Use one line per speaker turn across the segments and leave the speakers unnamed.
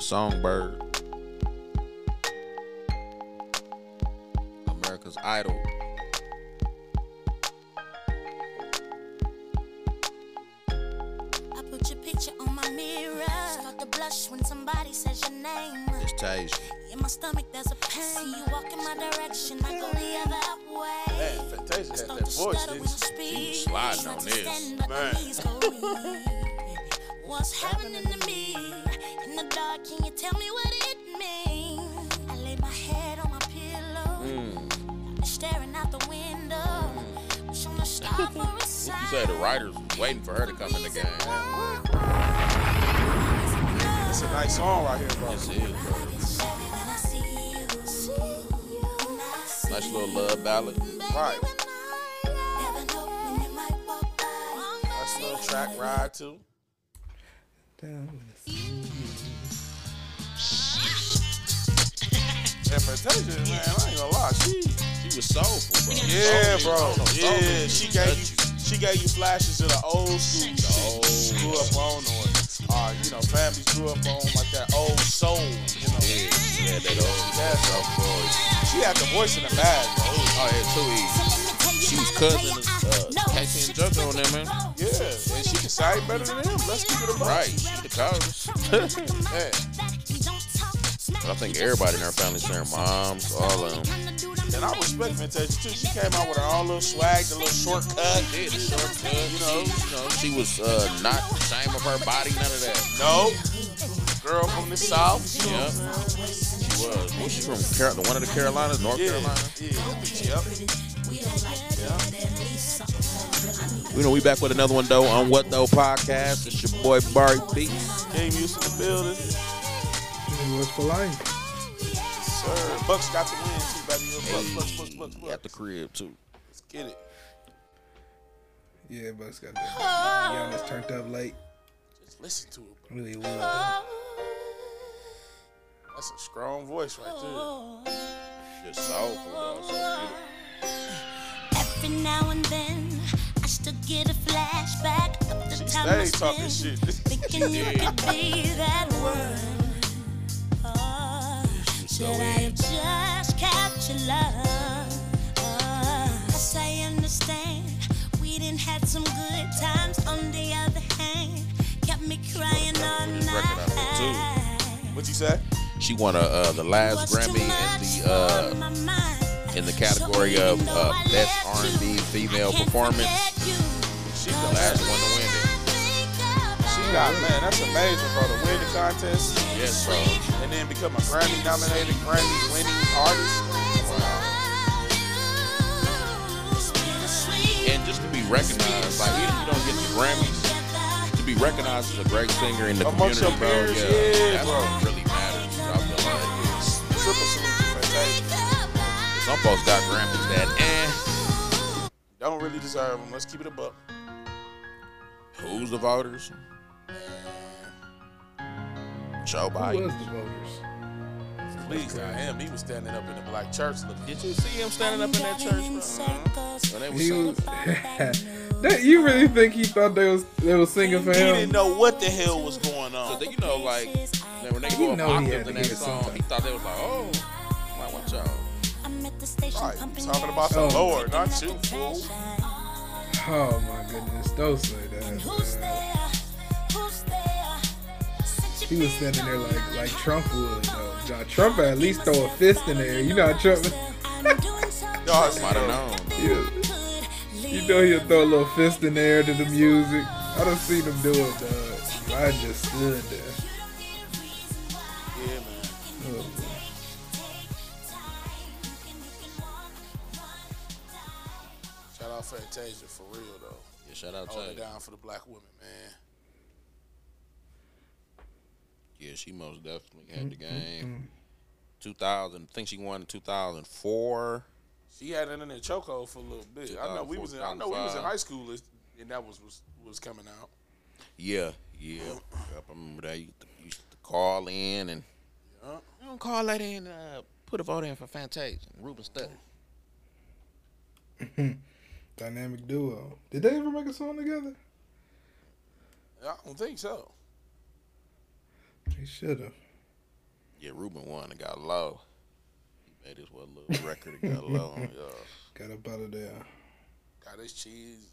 Songbird. America's Idol.
I put your picture on my mirror. Start to blush when somebody says your name.
It's Tasia.
In my stomach, there's a pain. See you walk in my direction, I go the other way.
Man, Fantasia has
Start to
that voice.
stutter when I
didn't
speak.
sliding on
Try to
this.
stand, but my
Man.
knees go weak. What's happening to me? In the dark, can you tell me what it means? I lay my head on my pillow,
Mm.
staring out the window. Wish I'm a star for a sign.
You say the writers was waiting for her to come in the game.
she? It's a nice song right here, bro.
This is bro. nice little love ballad.
Right. Nice
That's
little track ride too. Yeah, Fantasia, man, I ain't gonna lie, she,
She was soulful, bro.
yeah,
Soul
bro,
music- soul
yeah,
music
she
Oh,
gave
touch
you, she gave you flashes of the old school shit she grew up on, or, uh, you know, families grew up on like that old soul, you know.
Yeah, she had that old
Yeah, bro.
soft voice.
She had the voice in the bag, bro.
Oh, yeah, too easy. She was cousin of uh, Casey and JoJo on there, man.
Yeah, and she can sing better than him. Let's keep it a buck.
Right, she the cause.
Yeah.
But I think everybody in her family sang moms, all of them.
And I respect Fantasia too. She came out with her own little swag, the little shortcut.
Yeah, the shortcut,
You know.
you know, she was uh, not ashamed of her body, none of that.
No. Girl from the south. You know
Yeah,
what I'm
she was. Was she from Carol- one of the Carolinas, North
saying?
Carolina?
Yeah. Yeah. Yep.
We know we back with another one though on What Though podcast. It's your boy Barry B.
Game used to the building.
It was for life.
Sir. Bucks got the win too, baby. Bucks, Bucks, Bucks, Bucks, Bucks.
At the crib too.
Let's get it.
Yeah, Bucks got that. Giannis turned up late.
Just listen to it.
Really was.
That's a strong voice right
Oh.
there.
Just soulful though, so
Every now and then, I still get a flashback of the
She
time I
stayed talking
spent
shit.
Thinking you could be that one. Oh, should I have just kept your love? Oh, yes, I understand. We didn't had some good times. On the other hand, kept me crying all
with this record out there, too.
night.
What you say?
beautiful. She won a, uh, the last Grammy in the uh, in the category of uh, best R&B female performance. The
She got
last one to win it.
She got man, that's amazing, bro. To win the contest
Yes, uh, bro.
and then become a Grammy nominated, Grammy winning artist.
And just to be recognized, like even if you don't get the Grammys, to be recognized as a great singer in the
Amongst
community,
your
bro.
peers,
yeah,
yeah,
that's
bro.
what really matters. I feel like
Triple salute to Fantasia.
some folks got Grammys that
Don't really deserve them. Let's keep it a buck.
eh. Who's the voters? Joe
Who was
Biden.
the voters?
Please, not him. He was standing up in the black church. Look, did you?
see him standing up in that church,
bro.
When they was
He
singing.
was. that, you really think he thought they was they was singing for
He didn't
him?
know what the hell was going on.
But you know, like when they
You
go up
know he
octaves
had
in
to
that
get
song, he
something.
thought they was like, oh, I'm like watch out.
I'm at the station
Right,
pumping
talking
gas,
about the
Oh.
Lord,
picking
not
up
you,
the
fool.
trash.
Oh my goodness! Don't say that.
Who's
man.
there? Who's there? Sit
He
your
was
feet
standing there
down
like
and
like
hop
Trump would. Though. John Trump at least throw a fist in there. You know how Trump.
I'm doing so
Y'all
good.
Might have known.
Yeah. You
You
know he'll throw a little fist in there to the music. I done seen him do it, dog. I just stood there.
Yeah, man. Shout out Fantasia for real though.
Yeah, shout out to
Oh,
Hold it
her.
down for the black women, man.
Yeah, she most definitely had the
Mm-hmm.
game. 2000, I think she won in 2004.
She had it in a chokehold for a little bit. I know we was in, I know we was in high school is- and that was was, was coming out.
Yeah, yeah. Yep, I remember that. You used to call in and
Yeah.
you don't call that in. Uh, put a vote in for Fantasia, Ruben Studdard.
Dynamic duo. Did they ever make a song together?
I don't think so.
They should have.
Yeah, Ruben won and got low. He made his what little record and got low. on, Yeah.
Got up out of there.
Got his cheese.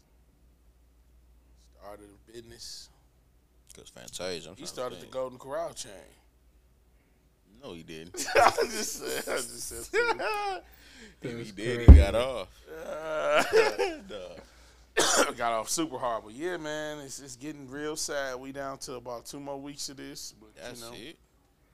Started a business.
Cause Fantasia. I'm
He
trying
started the
think.
Golden Corral chain.
No, he didn't.
I just said, I just said, stupid.
If
That's
he did. He
crazy.
got off.
Uh,
got off super hard, but yeah, man, it's it's getting real sad. We down to about two more weeks of this, but
That's
you know,
it.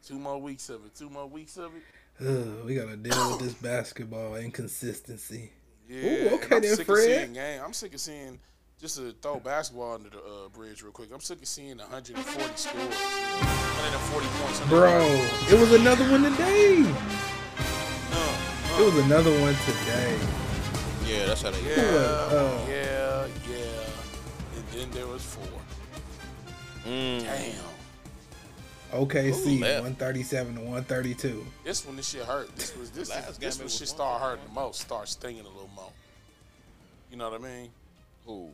two more weeks of it, two more weeks of it.
Ugh, we gotta deal with this basketball inconsistency.
Yeah,
okay
and I'm
then,
sick
Fred.
Of seeing game. I'm sick of seeing just to throw basketball under the uh, bridge real quick. I'm sick of seeing 140 scores, 140 points,
Bro, it was another one today.
Uh,
It was another one today.
Yeah, that's how they.
Yeah,
Oh.
yeah, yeah. And then there was four.
Mm.
Damn.
OKC,
left?
137 to 132.
This one, this shit hurt. This was this.
Last game
this
it
one
was
shit
one
start hurting the most. Start stinging a little more. You know what I mean?
Who?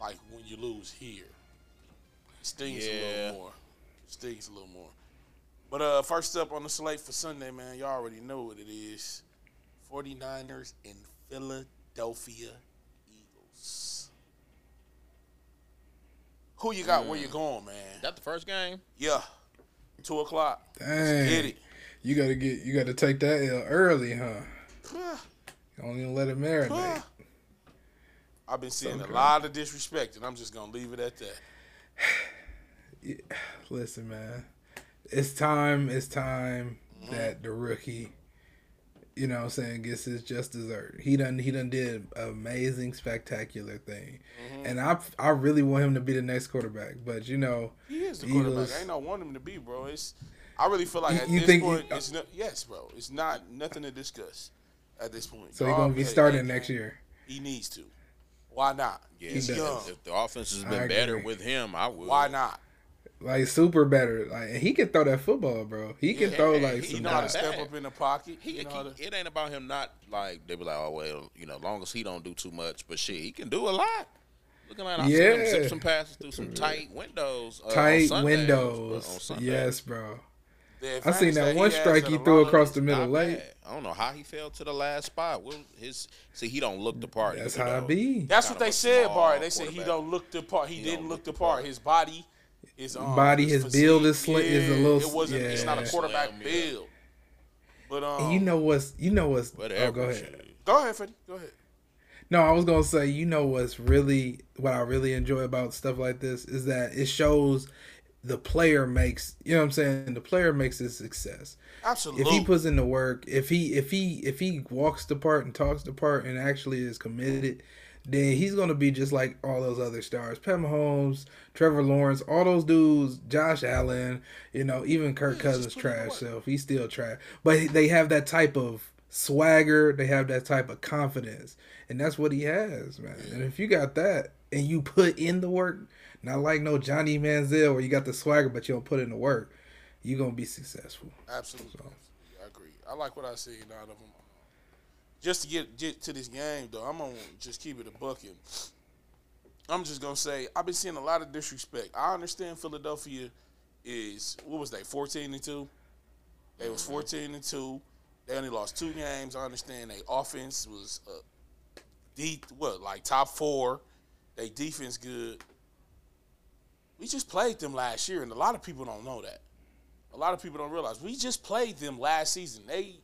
Like when you lose here, it stings a
Yeah.
little more. It stings a little more. But uh, first up on the slate for Sunday, man, y'all already know what it is. 49ers and Philadelphia Eagles. Who you got? Where
Mm.
you going, man?
That the first game?
Yeah. Two o'clock.
Dang.
Get it.
You gotta get you gotta take that L early, huh?
Ah,
Don't even let it marinate.
ah. I've been seeing
Okay.
a lot of disrespect, and I'm just gonna leave it at that.
Listen, man. It's time, it's time
Mm.
that the rookie, you know what I'm saying, gets his just dessert. He done he done did amazing, spectacular thing.
Mm-hmm.
And I I really want him to be the next quarterback. But you know,
He is the
Eagles-
quarterback. I ain't no want him to be, bro. It's I really feel like
You-
at
you
this
think
point,
he-
it's no, yes, bro. It's not nothing to discuss at this point.
so he's gonna be
Okay,
starting
okay.
next year.
He needs to. Why not?
Yeah.
He's
if-
young.
If the offense has
I
been better
agree.
with him, I would.
Why not?
Like super better. Like and he can throw that football, bro. He can
Yeah,
throw like
he
He
some
know how to
not
step
bad.
up in the pocket.
He
you
can
know how
keep-
to-
it ain't about him not like they be like, oh well, you know, long as he don't do too much, but shit, he can do a lot. Looking like I seen him
Yeah.
zip some passes through some tight windows. Uh, on
tight
Sundays, bro, on
windows.
Sundays.
yes, bro.
the
I seen
advantage
that
he
one
has
strike
at
he
a lot
threw
of
across
these-
the middle
Not
late.
bad. I don't know how he fell to the last spot. Well, his see, he don't look the part.
That's
you
how it
know.
be.
That's
Kind
what
of
they
a
said,
small
Barry. They said he
quarterback.
don't look the part. He, didn't
don't
look
look
the
the
part.
part.
His body, his um,
Body, his build
physique,
is sli- is a little
It wasn't. It's not a
yeah.
quarterback
Slim, yeah.
build. But um,
And you know what's you know what's oh,
Whatever.
go
shit.
ahead.
go ahead, Freddie. Go ahead.
No, I was gonna say, you know what's really what I really enjoy about stuff like this is that it shows the player makes you know what I'm saying, the player makes his success.
Absolutely.
If he puts in the work, if he if he if he walks the part and talks the part and actually is committed, then he's gonna be just like all those other stars. Pat Mahomes, Trevor Lawrence, all those dudes, Josh Allen, you know, even Kirk Cousins trash self. He's still trash. But they have that type of swagger, they have that type of confidence. And that's what he has, man. And if you got that and you put in the work, not like no Johnny Manziel where you got the swagger but you don't put in the work, you're gonna be successful.
Absolutely. Absolutely. I agree. I like what I see out of him. Just to get, get to this game, though, I'm going to just keep it a bucket. I'm just going to say, I've been seeing a lot of disrespect. I understand Philadelphia is, what was they, 14 and 2? They was 14 and 2. They only lost two games. I understand their offense was uh, deep, what, like top four. They defense good. We just played them last year, and a lot of people don't know that. A lot of people don't realize we just played them last season. They,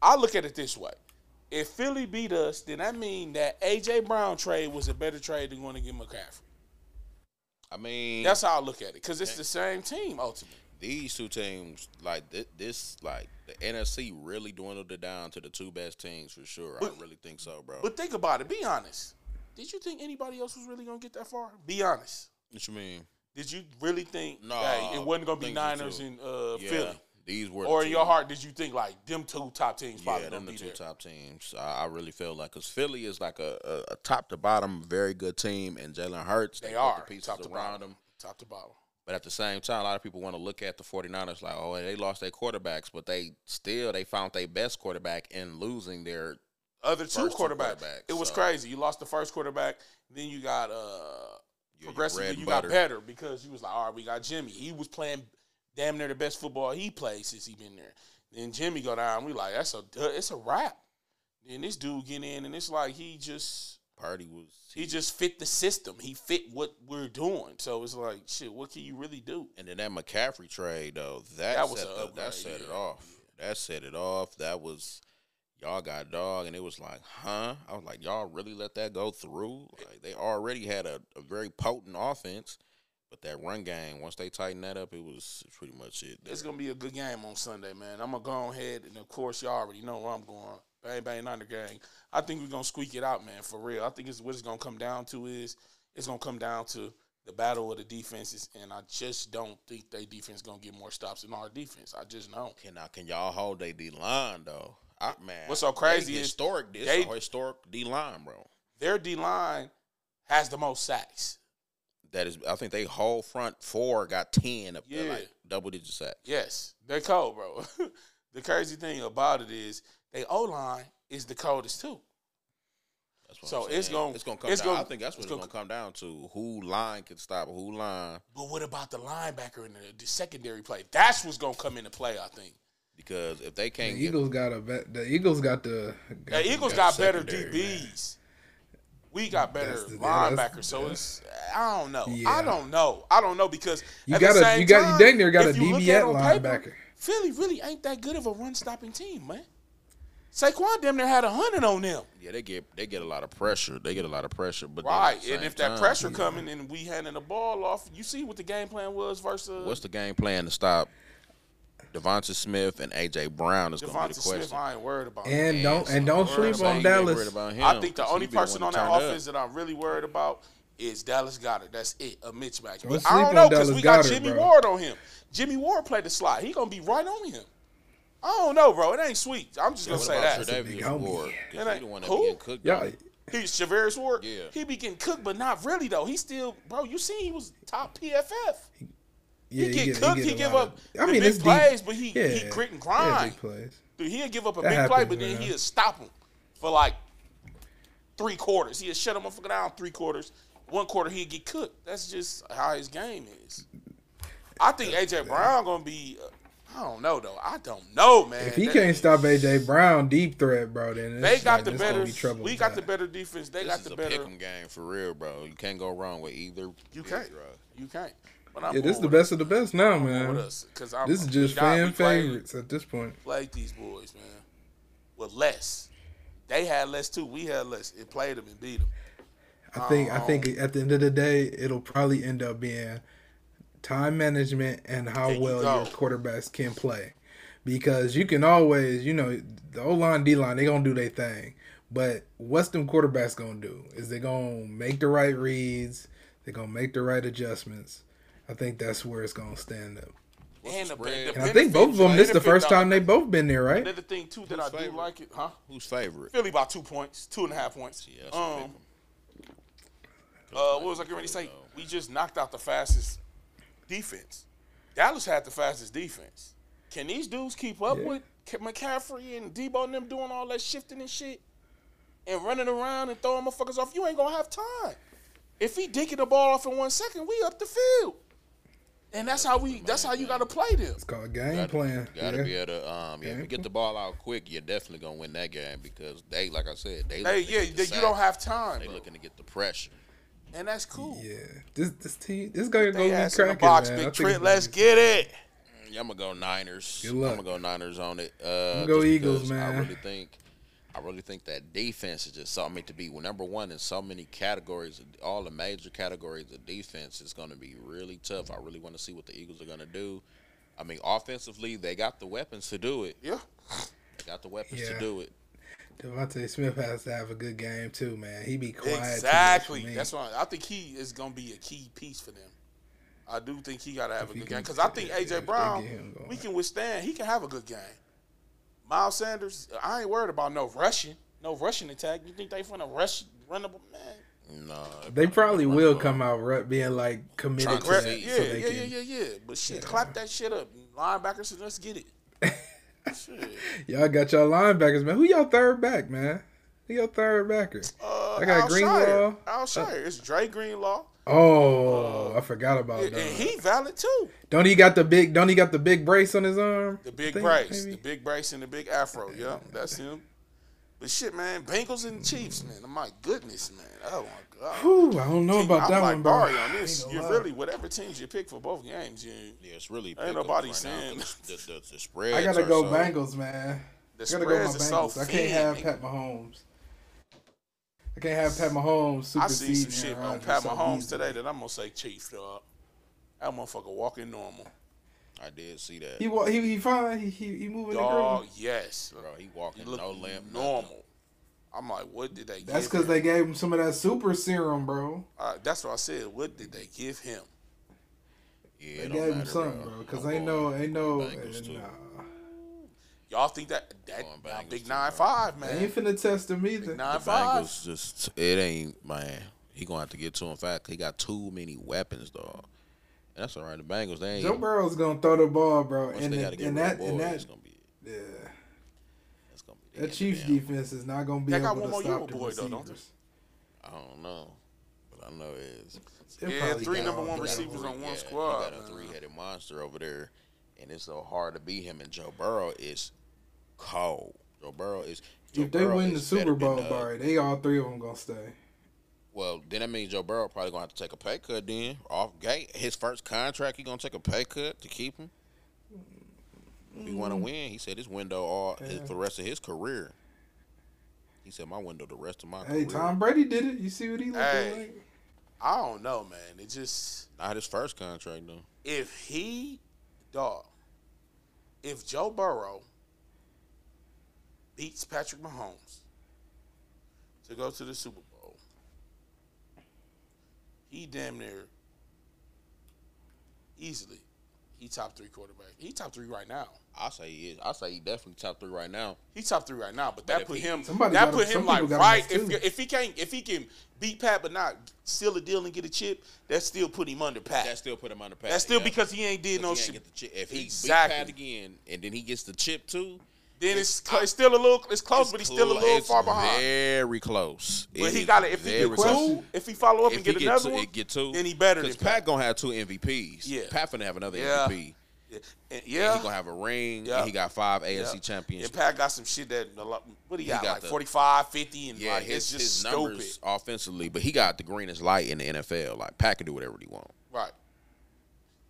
I look at it this way: if Philly beat us, then that mean that AJ Brown trade was a better trade than going to get McCaffrey.
I mean,
That's how I look at it because it's the same team ultimately.
these two teams, like thi- this, like the NFC, really dwindled it down to the two best teams for sure. I
But-
really think so, bro.
But think about it. Be honest. Did you think anybody else was really going to get that far? Be honest.
What you mean?
Did you really think
Nah,
that it wasn't going to be
think so,
Niners
too.
and uh,
Yeah,
Philly?
these were the
Or in your
two-
heart, did you think like them two top teams probably
Yeah,
going
them
to
the
be
two
there?
top teams. I, I really feel like because Philly is like a, a, a top to bottom very good team, and Jalen Hurts
They
put
are
the pieces
top to
around
bottom.
them.
Top to bottom.
But at the same time, a lot of people want to look at the 49ers like, oh, they lost their quarterbacks, but they still they found their best quarterback in losing their
other two
First two
quarterbacks.
quarterbacks,
It was
so-
crazy. You lost the first quarterback, then you got uh
your
progressively
bread
you
butter.
got better because you was like, all right, we got Jimmy. He was playing damn near the best football he played since he been there. Then Jimmy go down. We like that's a duh, it's a wrap. Then this dude get in, and it's like he just
Purdy was
he just fit the system. He fit what we're doing. So it's like shit. What can you really do?
And then that McCaffrey trade though, that,
That was
set
a
the-
upgrade,
that set it
yeah.
off. That set it off. That was y'all got dog, and it was like, huh? I was like, y'all really let that go through? Like they already had a, a very potent offense, but that run game once they tightened that up, it was pretty much it.
It's
there.
gonna be a good game on Sunday, man. I'm gonna go ahead, and of course, y'all already know where I'm going. Bang bang, not the gang. I think we're gonna squeak it out, man. For real, I think it's what it's gonna come down to is it's gonna come down to the battle of the defenses, and I just don't think they defense gonna get more stops than our defense. I just don't.
Can now can y'all hold they D line though? I, man,
What's so
they
crazy is
historic. This
they-
a historic D line, bro.
Their D line has the most sacks.
That is, I think they whole front four got ten up there,
Yeah.
like double digit sacks.
Yes, they're cold, bro. the crazy thing about it is they O line is the coldest too.
That's what
So
I'm saying.
it's gonna-
it's gonna come
it's
down. I
gonna-
think that's what
it's
it's gonna,
gonna-
come down to. Who line can stop who line
But what about the linebacker and the, the secondary play? That's what's gonna come into play, I think.
because if they
The
can't get
Eagles got a bet. The Eagles got the.
The Eagles
got
got better
secondary,
DBs. We got better
That's the- yeah, that's-
linebackers, so it's I don't know.
Yeah.
I don't know. I don't know because
You
at the
got a-
same
you got- you
time,
dang near got
if
a
you look
DB
at it
at
on
linebacker.
Paper, Philly really ain't that good of a run stopping team, man. Saquon damn near had a hundred on them.
yeah, they get they get a lot of pressure. They get a lot of pressure, but then at
Right,
the
and
same
if that
time,
pressure coming and we handing the ball off, you see what the game plan was versus
what's the game plan to stop Devonta Smith and AJ Brown is gonna be
Devonta
the
Smith.
question.
I ain't worried about. him.
and don't
so
and don't
worried
sleep
about- you
on
ain't worried
Dallas.
about him,
I think the
'cause he
only
be one
person
to
on that
turn up.
offense that I'm really worried about is Dallas Goddard. That's it, a mismatch. But
sleep
I don't
on
know because
Dallas
we got
Goedert,
Jimmy
bro.
Ward on him. Jimmy Ward played the slot. He gonna be right on him. I don't know, bro. It ain't sweet. I'm just gonna
What
say
about Tre'Davious
that.
big homie.
Ward? 'Cause
That
he the
ain't-
one that
who?
be getting cooked.
Yeah,
He's Javarius Ward.
Yeah.
He be getting cooked, but not really though. He still, bro. You see, he was top PFF.
yeah,
he get cooked. He,
a
give
lot of-
up. I mean, big
deep.
plays, but he he
Yeah,
grit and
yeah,
grind.
big plays.
Dude, he'll give up a
That
big play,
happens,
but then
man.
he'll stop him for like three quarters. He'll shut him motherfucker down three quarters. One quarter he'll get cooked. That's just how his game is. I think AJ Brown gonna be. uh, I don't know though. I don't know, man.
If he
That-
can't stop AJ Brown deep threat, bro, then it's
they got
like,
the
this gonna
better.
Be trouble
We
with
got
that.
the better defense. They
This
got
is
the
a
better.
pick'em game for real, bro. You can't go wrong with either.
You
pick,
can't.
bro.
You can't. But I'm
Yeah, this is the
going
best of the best now,
with- going with
man.
us, 'cause I'm-
This is
we
just
got- we
fan
played-
favorites at this point.
played these boys, man, with less. They had less too. We had less. It played them and beat them.
I think I think at the end of the day, it'll probably end up being time management and how
There you
well
go.
your quarterbacks can play, because you can always, you know, the O line, D line, they gonna do their thing, but what's them quarterbacks gonna do? Is they gonna make the right reads? They gonna make the right adjustments? I think that's where it's gonna stand up.
And, the,
spread?
the
And I think both of them. This is the first time
They-
they both been there, right?
Another thing too that
Who's
I do
favorite?
like it, huh?
Who's favorite?
Philly by two points, two and a half points.
Yeah, that's a
um,
pick'em.
uh, what was I going to say? We just knocked out the fastest defense. Dallas had the fastest defense. Can these dudes keep up
Yeah.
with Ca- McCaffrey and Debo and them doing all that shifting and shit and running around and throwing motherfuckers off? You ain't gonna have time. If he dinking the ball off in one second, we up the field. And that's how we. That's how you got to play them.
It's called game
Gotta-
plan.
Gotta
yeah.
be able to um, yeah, if you get the ball out quick, you're definitely gonna win that game because they, like I said, they,
Hey,
looking to
yeah,
get the
you
sack.
don't have time.
They
bro.
looking to get the pressure.
And that's cool.
Yeah, this this team this guy
They
gonna be
ass in
cracking,
the box,
man. I
Big
think it's
Trent.
gonna
Let's
be-
get it.
Yeah, I'm gonna go Niners.
Good luck.
I'm gonna go Niners on it. Uh,
You go
just
Eagles,
because I
man.
really think, I really think that defense is just something to be number one in so many categories, all the major categories of defense. It's gonna be really tough. I really want to see what the Eagles are gonna do. I mean, offensively, they got the weapons to do it.
Yeah.
They got the weapons to
Yeah.
do it.
Devontae Smith has to have a good game too, man. He be quiet. too much for
Exactly.
me.
That's why I think he is going to be a key piece for them. I do think he got to have a
he
good game
can-
because I think
yeah, if
AJ
they
Brown,
get him going.
we can withstand. He can have a good game. Miles Sanders, I ain't worried about no rushing, no rushing attack. You think they finna rush, run up, man?
No,
They probably will come out right, being like committed to
Trying
that,
to
so
see.
yeah,
they
yeah,
can.
yeah, yeah, yeah. But shit, clap that shit up, linebackers, and let's get it. shit.
Y'all got y'all linebackers, man. Who y'all third back, man? Who y'all third backer?
Uh,
I got
Al
Greenlaw. Uh,
Shire. Al Shire. It's Dre Greenlaw.
Oh, I forgot about
And
that.
he valid too.
don't he got the big? Don't he got the big brace on his arm?
The big
I think,
brace, the
maybe?
big brace, and the big afro. Yeah, that's him. But shit, man, Bengals and Chiefs, man. oh My goodness, man. Oh my god.
Whew, I don't know about
I'm
that
like
one, bro.
Barry on this.
Ain't
You
no lie.
really whatever teams you pick for both games, you
Yeah, it's really
Ain't nobody saying.
the, the, the spread.
I gotta go Bengals, man.
the
I gotta go my
spreads is so
Bengals. I can't have
thin.
Pat Mahomes. I can't have Pat Mahomes.
I see some
superseding
shit
Aaron
on
Rodgers
Pat
so
Mahomes
easy.
today that I'm gonna say Chief dog. That motherfucker walking normal.
I did see that.
He wa- he he fine. He he, he moving the
Dog,
groove.
yes.
Bro, he walking
He look
no limp. nothing.
normal. I'm like, what did they
That's
give
because
him?
they gave him some of that super serum, bro.
Uh, that's what I said. What did they give him?
Yeah,
They
it don't
gave him
matter,
something, bro.
bro.
Because
I'm
ain't
going-
no ain't no
Bengals, too.
nah.
Y'all think that that
Going
nah,
Bengals
big
too,
nine
bro.
five,
They ain't
man.
finna test him either.
Big nine
The
five.
Bengals just it ain't man. He gonna have to get to him fast. 'cause He got too many weapons, dog. And that's all right. The Bengals they ain't.
Joe Burrow's gonna throw the ball, bro.
once
and
they
the-
gotta get
and
rid
that
of
and
boys, it's
that
gonna be.
yeah,
It's gonna be.
that Chiefs
damn,
defense is not gonna be
They
able
got
to
one more
stop
Euro
the
boy, though,
receivers.
don't they?
I don't know, but I know it's.
They
Yeah,
probably
three
got
number
all
one
the
receivers
Euro
on one
Yeah,
squad.
You got a
man.
three-headed monster over there, and it's so hard to beat him. And Joe Burrow is cold. Joe Burrow is. Joe
If they
Burrow
win the
is better
Super Bowl,
than, uh,
Barry, they all three of them gonna stay.
Well, then that means Joe Burrow probably gonna have to take a pay cut. Then off gate, his first contract, he gonna take a pay cut to keep him. If He
Mm.
want to win. He said his window all his, for the rest of his career. He said my window the rest of my
Hey,
career.
Tom Brady did it. You see what he looked
Hey.
like?
I don't know, man. It just
Not his first contract though.
if he dog, if Joe Burrow beats Patrick Mahomes to go to the Super Bowl, he damn near easily he top three quarterback. He top three right now.
I say he is. I say he definitely top three right now.
He top three right now, but that
if
put
he-
him
Somebody
that
got him-
put him
some
like
people got him
right.
as
If,
two.
if he can't if he can beat Pat but not seal a deal and get a chip, that still put him under Pat.
That still put him under. Pat,
That's still
yeah.
because he ain't did
If he
no
ain't
shit.
get the chip- if he
Exactly.
beat Pat again and then he gets the chip too,
Then it's cl- it's still a little it's close, but he's still a
clo-
little
it's
far behind.
Very close.
But
It
he
is
got it. If he
very
get
close.
two, if he follow up
If
and get
he
another
get two,
one,
it get two,
then he better than
Because
Pat.
Pat gonna have two MVPs.
Yeah.
Pat finna have another
Yeah.
MVP.
And
He
yeah,
gonna have a ring.
Yeah.
And he got five
yeah.
AFC championships.
And Pat got some shit that a lot- what he
He
got,
got
like
the-
45, 50, and
Yeah,
like
his,
it's just
his
stupid,
numbers offensively, but he got the greenest light in the NFL. Like Pat can do whatever he want.
right?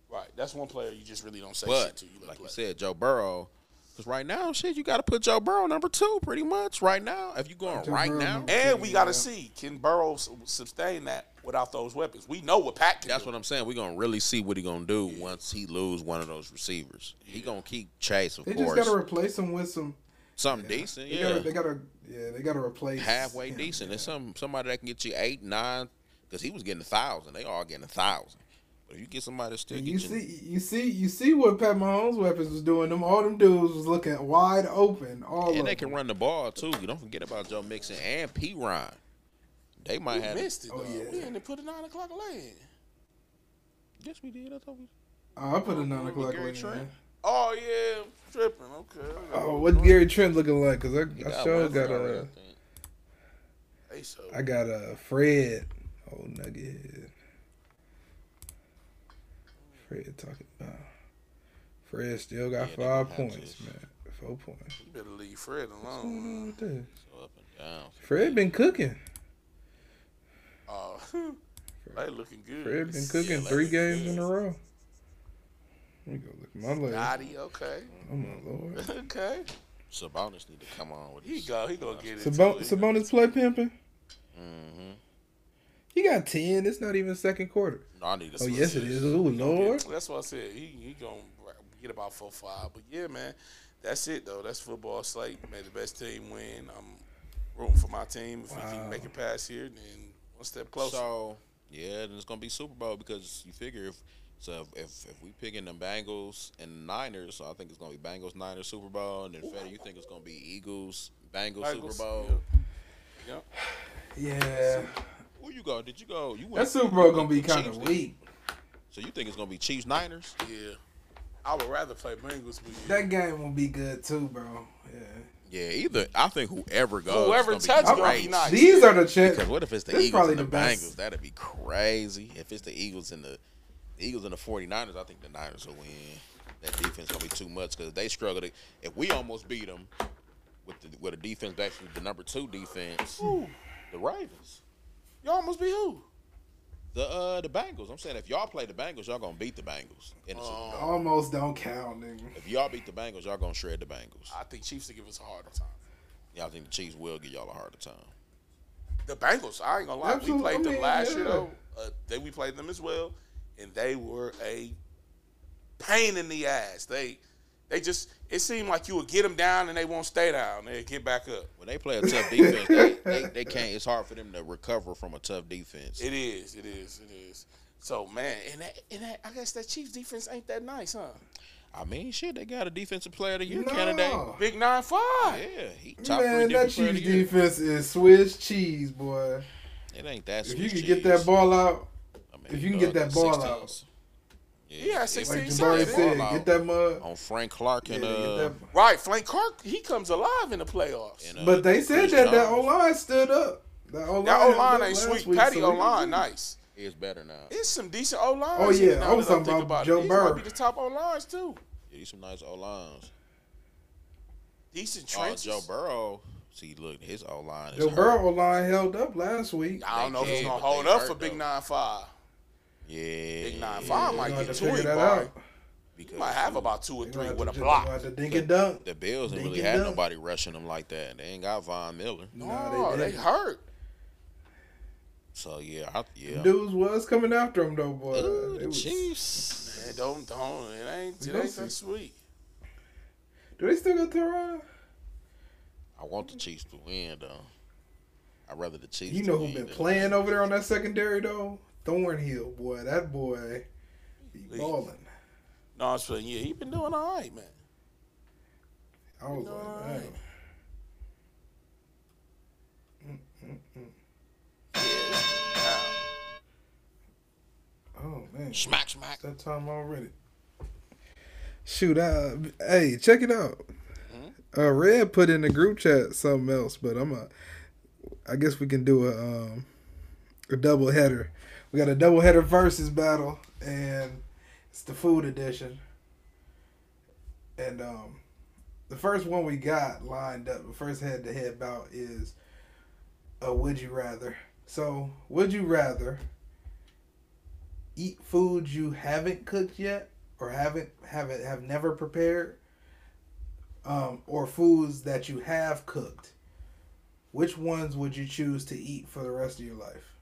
Right. That's one player you just really don't say shit
But
to. You let
like you
play.
said, Joe Burrow. Because right now, shit, you got to put Joe Burrow number two, pretty much. Right now, if you going
Joe
right
Burrow
now,
number
And we got to
Yeah.
see can Burrow s- sustain that without those weapons. We know what Pat can
That's
do.
what I'm saying. We're gonna really see what he gonna do once he lose one of those receivers. He gonna keep chase, of
They just
course.
gotta replace him with some.
something decent,
They
yeah.
gotta, they gotta, yeah, they gotta replace
Halfway
him,
decent.
yeah.
It's some somebody that can get you eight, nine, because he was getting a thousand. They all getting a thousand. But if you get somebody that still get
You
you,
see, you see, you see what Pat Mahomes' weapons was doing. Them all them dudes was looking wide open. All of
and they
them.
can run the ball too. Don't forget about Joe Mixon and P Ryan. They might have.
We missed it.
Oh,
dog.
yeah.
We didn't put a nine o'clock lane.
Yes, we did. I thought we.
Oh, I put a nine
With
o'clock
Gary
lane.
Trent?
man.
Oh yeah, I'm tripping. Okay.
Oh, what Gary Trent looking like? Cause I, I sure
one
got
already,
a, uh,
I think.
Hey, so
I got a Fred. Oh nugget. Fred talking about. Fred still got
Yeah, they
five
gonna have
points,
to.
man. Four points.
you better leave Fred alone.
What the-
So up and down.
Fred been cooking.
Oh, they looking good.
Fred been cooking
that
three
was
games
good.
in a row. Let me go look at my leg.
Naughty, okay,
Oh my lord.
okay.
Sabonis need to come on with
He
this.
go, he gonna get it.
Sabon-
too.
Sabonis play pimping.
Mm-hmm.
He got ten. It's not even second quarter.
No, I need to
Oh
see
yes, it
this.
is. Oh lord.
That's what I said. He he gonna get about four five. But yeah, man, that's it though. That's football slate. May the best team win. I'm rooting for my team. If we
Wow.
can make it past here, then one step closer.
So yeah, then it's gonna be Super Bowl because you figure if so if if, if we picking the Bengals and Niners, so I think it's gonna be Bengals Niners Super Bowl, and then Fetty, you think it's gonna be Eagles Bengals Super
Bengals,
Bowl.
yeah. Yep.
Yeah.
Where you go? Did you go? You went.
That Super Bowl gonna be
Chiefs
kind of
then.
weak.
So you think it's gonna be Chiefs Niners?
Yeah. I would rather play Bengals with you.
That game will be good too, bro. Yeah.
Yeah, either I think whoever goes,
Whoever
it's
touches
gonna
him,
be crazy.
he knocks.
These are the chance.
Because what if it's the
This is
Eagles
probably
and the,
the best.
Bengals? That'd be crazy. If it's the Eagles and the, the Eagles and the 49ers, I think the Niners will win. That defense gonna be too much because they struggle. To, if we almost beat them with the, with a defense that's actually the number two defense,
Ooh,
the Ravens,
you almost be who?
the uh the Bengals. I'm saying if y'all play the Bengals, y'all gonna beat the Bengals. In the Super
Uh.
Bowl.
Almost don't count, nigga.
If y'all beat the Bengals, y'all gonna shred the Bengals.
I think Chiefs to give us a harder time.
Y'all think the Chiefs will give y'all a harder time?
The Bengals, I ain't gonna lie,
Absolutely,
we played
I mean,
them last
yeah.
year though. Uh, they we played them as well, and they were a pain in the ass. They they just it seemed like you would get them down and they won't stay down. They get back up.
When they play a tough defense, they, they, they can't. It's hard for them to recover from a tough defense.
It is, it is, it is. So man, and that, and that, I guess that Chiefs defense ain't that nice, huh?
I mean, shit, they got a defensive player of the year
No.
candidate.
Big nine five.
Yeah, he top
Man,
three
that
defensive player of
Chiefs
the year.
defense is Swiss cheese, boy.
It ain't that.
If
Swiss
you can get
cheese.
that ball out,
I mean, he
if you can get
does
that ball
six
out.
times.
He had
if-
16
like
if he
Jabari
get that
sacks,
said,
ball
get
out
that mug.
on Frank Clark
Yeah,
and
get
uh,
that mug.
Right, Frank Clark, he comes alive in the playoffs.
and, uh,
But they said
Chris
that that O
Jones
line stood up. That O
That O
line
line ain't sweet. Patty O line, nice.
is better now.
It's some decent O lines.
Oh, yeah. I was
that
talking
think
about
it.
Joe
These
Burrow.
Might be the top O lines too.
Yeah, he's some nice O lines.
Decent
Oh,
trenches.
Joe Burrow. See, look, his O line is
Joe
hurt.
Burrow O line held up last week.
I don't
They
know if it's
can,
gonna
but they
hold up
hurt,
for Big
though.
Nine Five.
Yeah,
Big Nine Five
They
might
gonna
get
have to
two
figure
or
that
bar.
out.
because
You might have
shoot,
about two or
They
three
gonna
with a
have to- they
block.
gonna have to dink and dunk.
the Bills didn't
They
really
get
have
done.
nobody rushing them like that. They ain't got Von Miller,
Nah,
No,
they
Oh, they
didn't.
hurt.
so yeah, I, yeah.
Dudes was coming after him though, boy.
Ooh,
They
the
was-
Chiefs.
Man, don't don't. It ain't it
gonna
ain't that
see.
sweet.
do they still got Teron?
I want the Chiefs to win though. I'd rather the Chiefs.
You
to
know who
win
been
than-
playing over there on that secondary though? Thornhill, boy. That boy, be
Please.
balling.
No, I'm saying yeah, he been doing all right, man.
I was
No.
like, man. Oh man,
Smack smack.
it's that time already. Shoot, uh, hey, check it out. Uh, Red put in the group chat something else, but I'm a. I guess we can do a um a double header. We got a double header versus battle, and it's the food edition. And um, the first one we got lined up, the first head to head bout is a would you rather. So, would you rather eat food you haven't cooked yet or haven't haven't have never prepared um, or foods that you have cooked which ones would you choose to eat for the rest of your life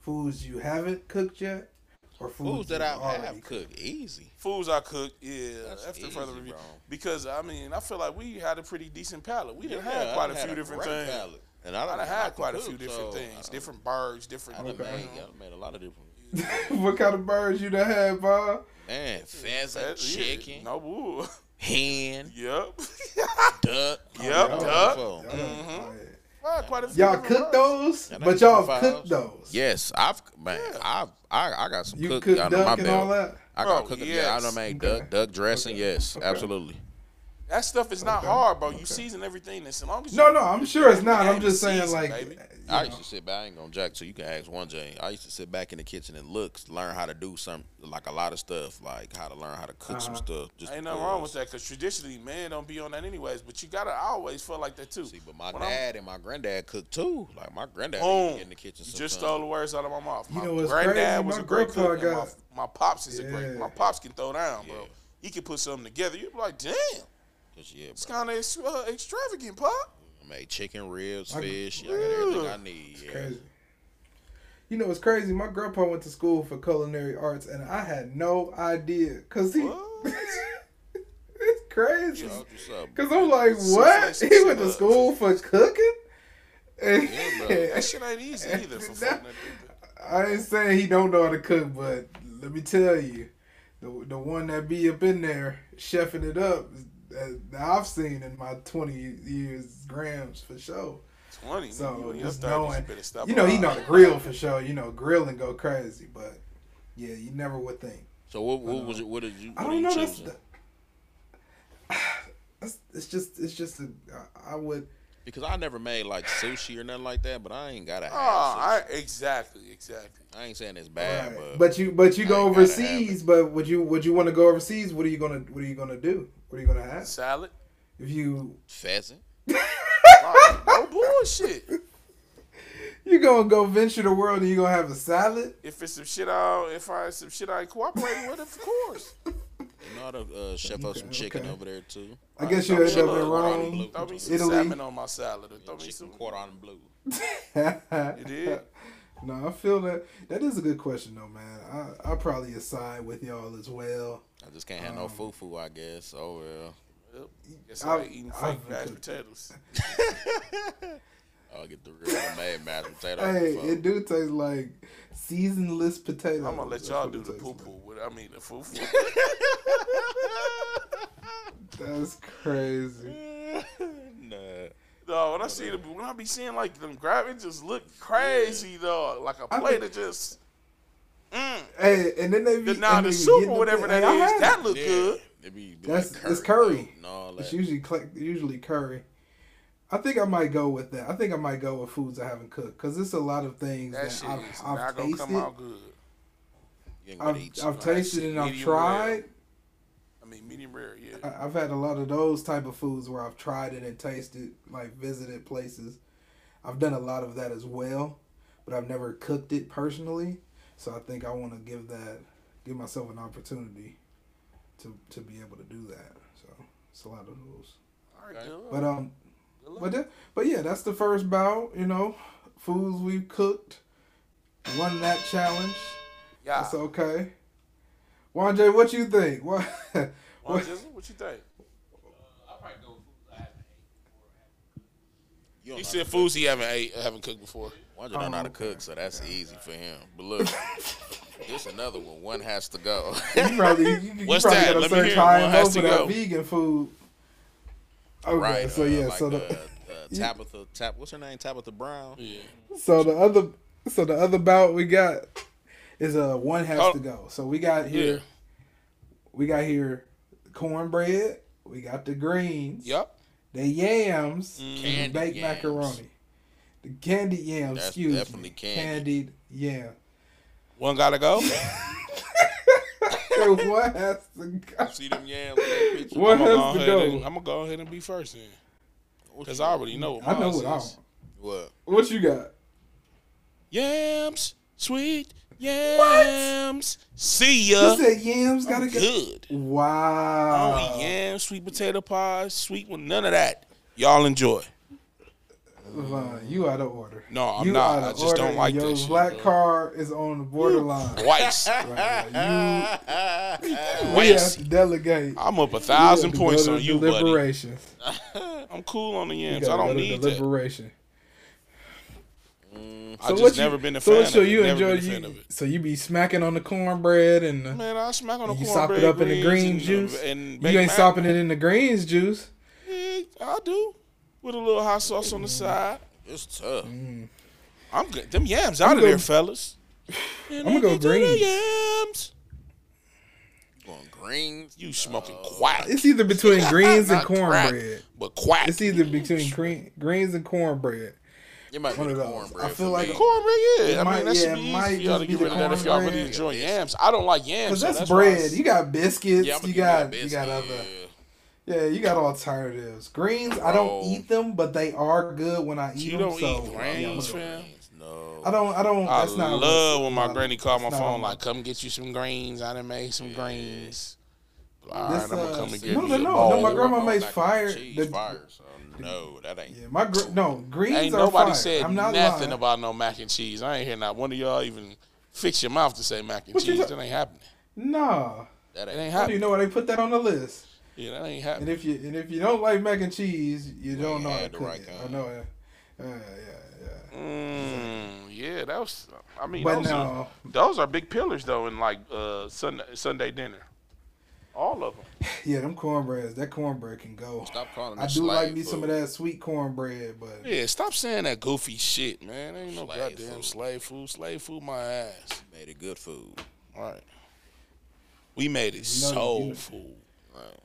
foods you haven't cooked yet or foods,
Foods that
you
I
already
have cooked easy.
Foods I cooked, yeah.
That's
after
easy,
further review,
bro.
because I mean, I feel like we had a pretty decent palate. We done
Yeah,
had quite
I
a
had
few different
great
things.
palate. And I
I
don't
done had quite a few different things, different birds, different.
uh, I done
you know.
made, I done made a lot of different.
what kind of birds you done had, Bob?
Man, pheasant,
That- yeah,
chicken,
No wool.
hen,
yep.
duck.
Yep,
Oh,
duck.
fuck.
Y'all, done-
Well, quite a few
y'all
different
cooked
birds.
those,
Y'all done
but y'all
cooked
cooked
files.
those.
Yes, I've man,
Yeah.
I've I, I got some
You
cook
cooked
down on my
duck and all
belt.
that.
I got
Bro,
cooking. Yeah, I
Oh, yes.
done made
Okay.
duck duck dressing. Yes,
Okay.
absolutely.
That stuff is not
Okay.
hard, bro. You
Okay.
season everything as long as you,
No, no, I'm sure it's not. I'm
Game
just saying,
season,
like,
baby.
you
I
know.
used to sit back. I ain't gonna jack, so you can ask one Jane. I used to sit back in the kitchen and look, learn how to do some like a lot of stuff, like how to learn how to cook some
Uh-huh.
stuff. Just
Ain't nothing wrong with that because traditionally men don't be on that anyways. But you gotta I always feel like that too.
See, but my
When I'm-
dad and my granddad cook too. Like my granddad used to
Boom.
get in the kitchen.
You just
sometimes.
stole the words out of my mouth.
You
My
know what's
granddad
crazy?
was
My
a great
grandpa
cook. and
got-
my, my pops is a great.
Yeah.
My pops can throw down, bro.
Yeah.
He can put something together. You'd be like, damn,
Just, yeah,
it's
bro.
kind of ex- uh, extravagant, pop.
I made chicken ribs,
I-
fish. Yeah, I got everything I need. Yeah.
Crazy. You know, it's crazy. My grandpa went to school for culinary arts, and I had no idea. Cause he,
What?
it's crazy.
Yeah, what's up?
Cause I'm like,
Some
what?
slices
He went to
of-
school for cooking. And
Yeah, bro.
That shit ain't easy either for
That-
fucking that-
I ain't saying he don't know how to cook, but let me tell you, the the one that be up in there chefing it up that that I've seen in my twenty years, grams for sure.
twenty. you
So
in your
just
30s, you
knowing,
better stop
you know, he
lying.
know the grill for sure. You know, grill and go crazy, but yeah, you never would think.
So what? What was it? What did you? What
I
are
don't
you
know. That's
choosing?
the, That's, it's just it's just a, I, I would
Because I never made like sushi or nothing like that, but I ain't gotta have
Oh,
sushi.
I, exactly, exactly.
I, ain't saying it's bad,
Right.
but,
but you but you
I
go
ain't gotta have
overseas. But would you would you want to go overseas? What are you gonna What are you gonna do? What are you gonna have?
Salad.
If you
pheasant.
Like, no bullshit.
you gonna go venture the world and you gonna have a salad?
If it's some shit I if I some shit I ain't cooperating with, of course.
You know how to uh, chef up some chicken
okay.
over there too.
I guess you end
shit
up
up,
in
Ronnie Blue.
Rome.
Throw me some
Italy.
salmon on my salad or throw me
Chicken
some
quarter on blue.
You did?
No, I feel that that is a good question though, man. I I probably aside with y'all as well.
I just can't
Um,
have no foo foo, I guess. Oh well.
Yep. Guess I
I've-
ain't eating
I've
fake
been
mashed
cooked.
potatoes.
I'll get the real made mashed potato.
Hey,
before.
it do taste like seasonless potatoes.
I'm gonna let
That's
y'all
what
do
it
the
tastes
poo
like.
poo with I mean the foo foo.
That's crazy.
Mm.
nah.
No, when I see the when I be seeing like them grabbing just look crazy though. Like a
I
plate
mean-
of just
Hey, and then they be
the, nah,
and
the
they be
soup
getting
or
the-
whatever
Hey,
that
I
is,
had
that look
Yeah.
good.
It be
That's-
like
it's
curry.
curry.
though, And all
It's
that.
usually cl- usually curry. I think I might go with that. I think I might go with foods I haven't cooked because it's a lot of things
That
that,
shit is
I've,
not
I've
gonna come
tasted.
out good.
You ain't gonna
I've,
eat
I've
shit.
tasted and I've
medium
tried.
I mean medium rare, yeah.
I- I've had a lot of those type of foods where I've tried it and tasted, like visited places. I've done a lot of that as well, but I've never cooked it personally. So I think I want to give that, give myself an opportunity to to be able to do that. So it's a lot of those.
All right, good.
But um,
Good luck.
But that, but yeah, that's the first bout. You know, foods we've cooked. Won that challenge.
yeah.
That's okay. Wanjay, what you think? What?
Well,
what
Jizzle, what you think?
You don't
He
know
said foods he haven't ate, haven't cooked before.
Wonder don't know how to cook, so that's
Um,
easy for him. But look, there's another one. One has to go.
you probably you, you
What's
probably
that?
gotta
Let me
search
hear it.
high
One
and
has
low
to
for that
go. oh
vegan food. Okay,
right.
so
uh,
yeah,
like,
so the
uh, uh, Tabitha, Tab, what's her name? Tabitha Brown.
Yeah.
so the other so the other bout we got is uh one has
Oh.
to go. So we got here
Yeah.
we got here cornbread. We got the greens.
Yep.
the
Mm.
yams and
Candied
the baked
yams.
macaroni. The candied yams,
That's
excuse
definitely
me.
candied.
Candied yams.
One gotta go.
Hey, what has to go?
See them yams? in that picture?
What
I'm
has to
gonna go ahead
go?
and, I'm gonna go ahead and be first then, cause I already know what
I
mine
know
is.
what I want.
What?
What you got?
Yams, sweet yams. See ya.
You said yams gotta go.
Good.
Wow.
I don't eat yams, sweet potato pies, sweet one, none of that. Y'all enjoy.
Levon, you out of order.
No, I'm
you
not.
out
I
of
just don't
order,
like
and Your
that shit,
black
bro.
car is on the borderline.
Twice.
right now. You, we have
Twice.
to delegate.
I'm up a thousand
We have to
points
go to
on you, buddy.
deliberation.
I'm cool on the
We
yams.
gotta
I
go
don't
to
need that.
deliberation.
I just
what you-
never been a
so
fan
what
of
show
it.
you
never
enjoy
been a fan
you-
of it.
So you be smacking on the cornbread and the,
Man, I smack on the
you
cornbread
sop it up in the
greens
green
and, uh,
juice.
And
you ain't
sopping
sopping it in the greens juice.
I do. With a little hot sauce
Mm.
on the side.
It's tough.
I'm good. Them yams out of
gonna-
there, fellas. I'm
gonna go greens.
Yams.
Going greens.
You smoking
Oh.
quack.
It's either between greens and
Not crack,
cornbread.
But quack.
It's either between green, greens and cornbread.
You might
One
be
of
the
those.
cornbread.
I feel
for
like-
me.
Cornbread, yeah. I
might-
mean, that
yeah,
should be
might
easy for y'all to
just be
get
the
rid of that if y'all
cornbread.
really enjoy yams. I don't like yams.
Cause
so
that's,
why I
bread.
s-
You got biscuits.
Yeah, I'ma
you
give that
got you got
biscuit,
other.
yeah.
Yeah, you got alternatives. Greens, I don't
Bro.
eat them, but they are good when I eat
You
them.
don't
so
eat
I don't
greens,
do
fam?
greens, No.
I don't. I don't.
I
that's not
love when my
not-
granny called my
that's not
phone,
my-
like, come get you some greens. I done made some greens. All right,
This,
I'm gonna
uh,
come and
no,
get
no,
me a
no,
bowl.
no, my grandma
Oh,
makes
mac and
fire-
cheese,
the-
fire. So no, that ain't.
Yeah, my gr- no greens
Ain't
are
nobody
fire.
said
I'm not
nothing
lying.
about no mac and cheese. I ain't hear not one of y'all even fix your mouth to say mac and
What you
cheese.
ta-
that ain't happening.
Nah.
That
That ain't
ain't.
How do you
happening.
know why they put that on the list?
Yeah, that ain't
And
happening.
if you and if you don't like mac and cheese, you don't know how to
had the
cook
right
it. I
kind.
know it. Uh, yeah, yeah.
Mm, yeah, that was. I mean,
But
those,
no,
are, those are big pillars though in like uh, Sunday Sunday dinner. All of them.
yeah, them cornbreads. That cornbread can go.
Stop calling me
I do like
slave
me some of
food.
that sweet cornbread, but
Yeah, stop saying that goofy shit, man. Ain't no
Slave
goddamn
food.
slave food. Slave food, my ass.
Made it good food.
All right, we made it
know you
soul
do.
food.
Right.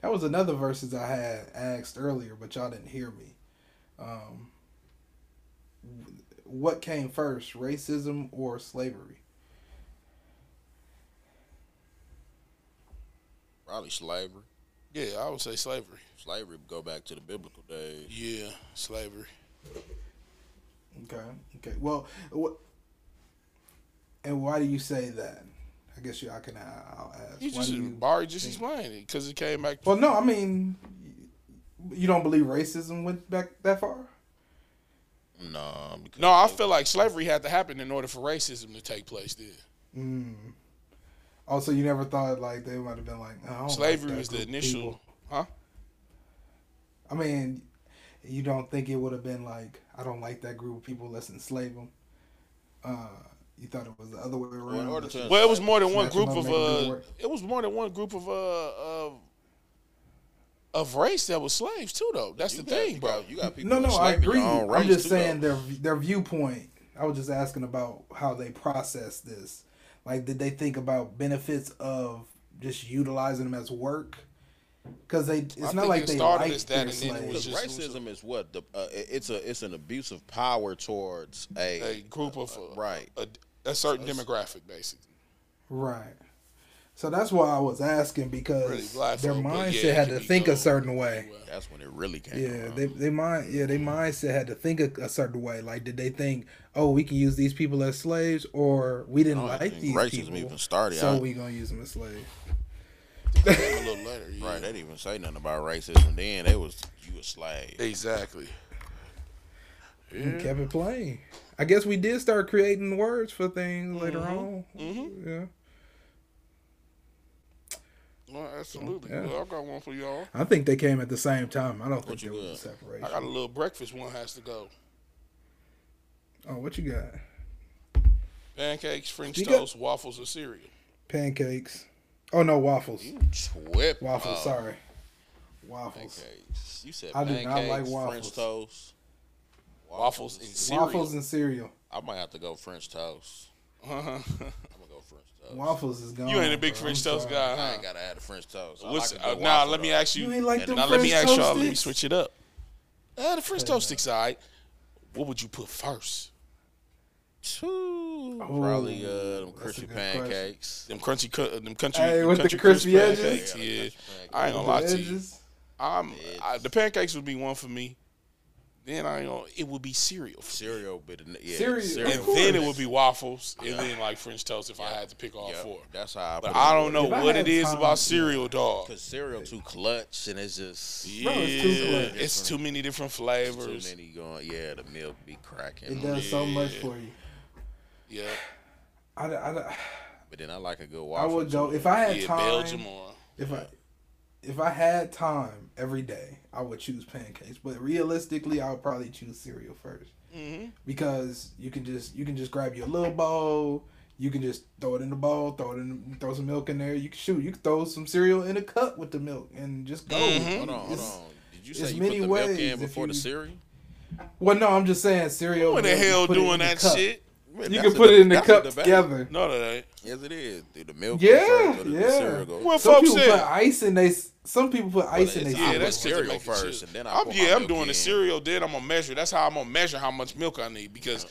That was another verses I had asked earlier, but y'all didn't hear me. Um, what came first, racism or slavery?
Probably slavery.
Yeah, I would say slavery.
Slavery go back to the biblical days.
Yeah, slavery.
Okay. Okay. Well, what? And why do you say that? I guess you. I can. I'll ask.
You
Why
just
do you-
Barry just
think-
explained it because it came back.
Well, no, I mean, you don't believe racism went back that far?
No, because
no, I feel like slavery had to happen in order for racism to take place. Then
Mm. Also, you never thought like they might have been like, oh,
slavery was the initial. Huh?
I mean, you don't think it would have been like, I don't like that group of people. Let's enslave them. Uh, you thought it was the other way around.
Well, in order to-
Well, it was more than one
Snatch 'em
group of.
up, make 'em do
uh
work.
It was more than one group of. uh of of race that was slaves too, though. That's
you
the
got-
thing,
you
bro.
got- you got people.
no, no, I
enslaving their
agree.
own
I'm
race,
just
too, though.
saying their their viewpoint. I was just asking about how they process this. Like, did they think about benefits of just utilizing them as work? Because they, it's
I
not
think
like
it
they
started
like
as that
their
and then it was
slaves.
Because
just-
racism is what the uh, it- it's a it's an abuse of power towards a,
a group of uh,
right.
a, a certain demographic, basically.
right. So that's why I was asking because
Really black
their
folk, but yeah,
mindset
it
had
could
to
be
think
go
a certain way.
anywhere.
That's when it really came.
Yeah,
around.
they they mind yeah they mindset had to think a, a certain way. Like, did they think, oh, we can use these people as slaves, or we didn't
I don't
like
think
these
racism
people,
even started.
so
I-
we gonna use them as slaves?
A little later, yeah.
Right, they didn't even say nothing about racism then. They was you a slave.
Exactly.
and kept it plain. I guess we did start creating words for things later
Mm-hmm.
on. Yeah,
Well, absolutely.
Yeah.
Well, I got one for y'all.
I think they came at the same time. I don't think
you
there was a
I
separation.
got a little breakfast one has to go.
Oh, what you got?
Pancakes, French
Speak up.
toast, waffles, or cereal.
Pancakes. Oh no, waffles.
You twip.
Waffles.
uh,
Oh,
sorry. Waffles.
Pancakes. You said
I do not
pancakes,
like waffles.
French toast.
Waffles and cereal.
Waffles and cereal.
I might have to go French toast.
Uh-huh.
I'm gonna go French toast.
Waffles is gone.
Uh, you
Oh,
ain't a big
bro.
French
I'm
toast
sorry.
guy,
I ain't
huh?
gotta add a French toast. I
What's,
like a
uh,
good
now,
waffle,
let me
though.
ask you.
You ain't like
And
them
now, let
French
me ask
toast
y'all. Let me
sticks?
switch it up. Uh, the French toast sticks, all right. What would you put first?
Ooh, probably uh, them
that's a
crispy
good question.
pancakes.
Them crunchy, cu- uh, them country,
Hey,
them
with the
country
crispy
crisp
edges?
pancakes,
Yeah, the
Yeah,
crispy pancakes.
I ain't gonna
The
lie to you.
edges.
I'm
The
I,
edges.
the pancakes would be one for me. Then I know it would be cereal, for me.
Cereal bit of yeah.
Cereal,
and
Of
then it
course.
would be waffles, and then like French toast if I had to pick all
Yep,
four.
That's how I put it.
But I don't know
If I
what
had
it is
time,
about cereal, dog.
Cause cereal too clutch and it's just
Yeah,
it's too good.
it's too many different
it's too
flavors.
many going. Yeah, the milk be cracking.
Oh,
It does so much for you.
Yeah,
I, I,
But then I like a good
I
waffle.
would go
too.
if I had
yeah,
time.
Belgium or
If I if I had time every day, I would choose pancakes. But realistically, I would probably choose cereal 1st
Mhm.
because you can just you can just grab your little bowl. You can just throw it in the bowl, throw it in, throw some milk in there. You can shoot. You can throw some cereal in a cup with the milk and just go.
Mm-hmm.
Hold on, hold
It's-
on. Did you
it's
say you put
many
the
ways
milk in
if
before the
you-
cereal?
Well, no, I'm just saying cereal.
what the
milk, you
hell
put it in
doing
the
that
cup.
shit?
You can put it in the cup together.
No, that ain't.
Yes, it is. Dude, the milk.
Yeah,
first, or the
yeah.
Cereal goes
Well,
first.
Some
Folks
people
said-
put ice in they. Some people put ice in
it's
they.
I
Yeah,
put
that's
cereal.
just to
cereal
make it
first,
chill.
and then I
I'm,
put my
yeah, I'm
milk
doing the
in.
cereal. Then I'm gonna measure. That's how I'm gonna measure how much milk I need because.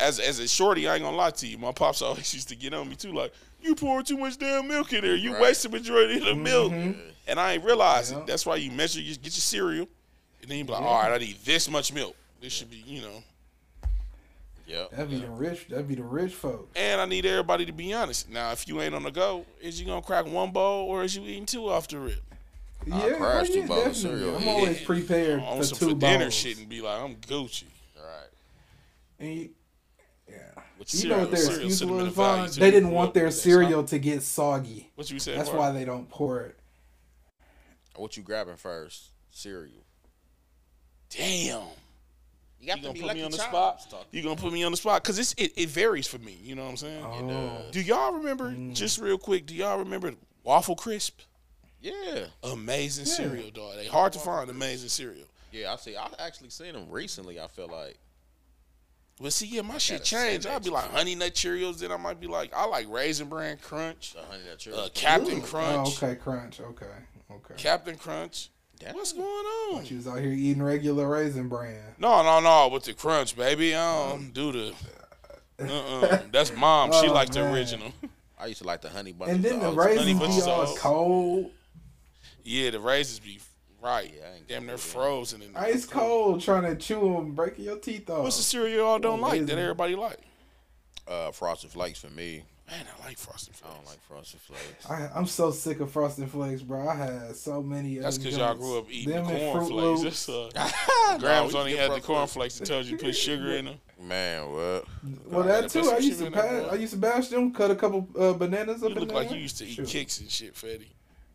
As, as a shorty, I ain't gonna lie to you. My pops always used to get on me too, like you pouring too much damn milk in there. You
Right. Mm-hmm.
wasting majority of the milk, and I ain't realize
Yeah.
it. That's why you measure, you get your cereal, and then you be like, all right, I need this much milk. This should be, you know.
Yep.
That'd be the rich. That'd be the rich folks.
And I need everybody to be honest. Now, if you ain't on the go, is you gonna crack one bowl or is you eating two off the rip?
Yeah,
I crashed
oh,
two
yeah,
bowls of
definitely.
cereal.
I'm
Yeah.
always
On
prepared for
Oh, some
two
for dinner
bowls.
shit and be like, I'm Gucci.
All right.
And you, yeah.
With
You
cereal,
know what their
cereal
excuse
sentimental
was,
value
Vaughn?
to
They
it.
didn't want their
That's
cereal to get soggy.
What you said?
That's why they don't pour it.
What you grabbing first? Cereal.
Damn.
You got
You gonna put me on the spot? You gonna put me on the spot? Cause it's it, it varies for me. You know what I'm saying?
Oh,
Do y'all remember?
Mm.
Just real quick. Do y'all remember Waffle Crisp?
Yeah.
Amazing cereal, dog. They hard to find. Amazing cereal.
Yeah, I see. I actually seen them recently. I feel like
But see, yeah, my shit
gotta send
changed.
that
I'd be
to
like Honey Nut Cheerios. Then I might be like, I like Raisin Bran Crunch,
the honey that
uh,
you're.
Captain Crunch.
Oh, okay, crunch. Okay. Okay.
Captain Crunch.
Damn.
What's going on?
She was out here eating regular raisin bran.
No, no, no, with the crunch, baby. I don't do the. Uh-uh. That's mom. She
Oh,
likes
man.
the original.
I used to like the honey bunches.
And then the
of O's.
raisins
bunches
be
of
all
O's.
cold,
Yeah, the raisins be right.
Yeah, I ain't
Damn,
got
they're
that.
frozen in there.
ice cold, trying to chew them, breaking your teeth off.
What's the cereal I don't
Oh,
like that
raisin.
everybody like?
uh, frosted flakes for me.
Man, I like frosted
I
flakes.
don't like frosted flakes.
I, I'm so sick of Frosted Flakes, bro. I had so many. of
That's
them
because y'all
joints.
grew up eating the
Them and Fruit
cornflakes.
Loops.
That's, Uh, Grams
we
only
get
had the
Fruit
cornflakes that tells you to put sugar in them.
Man, what?
Well,
I
that
gotta
too.
put some
I used
shit
to
in there, boy.
pass. I used to bash them, cut a couple uh, bananas up
You
in
look
there.
like you used to eat
Shoot.
kicks and shit, Fetty.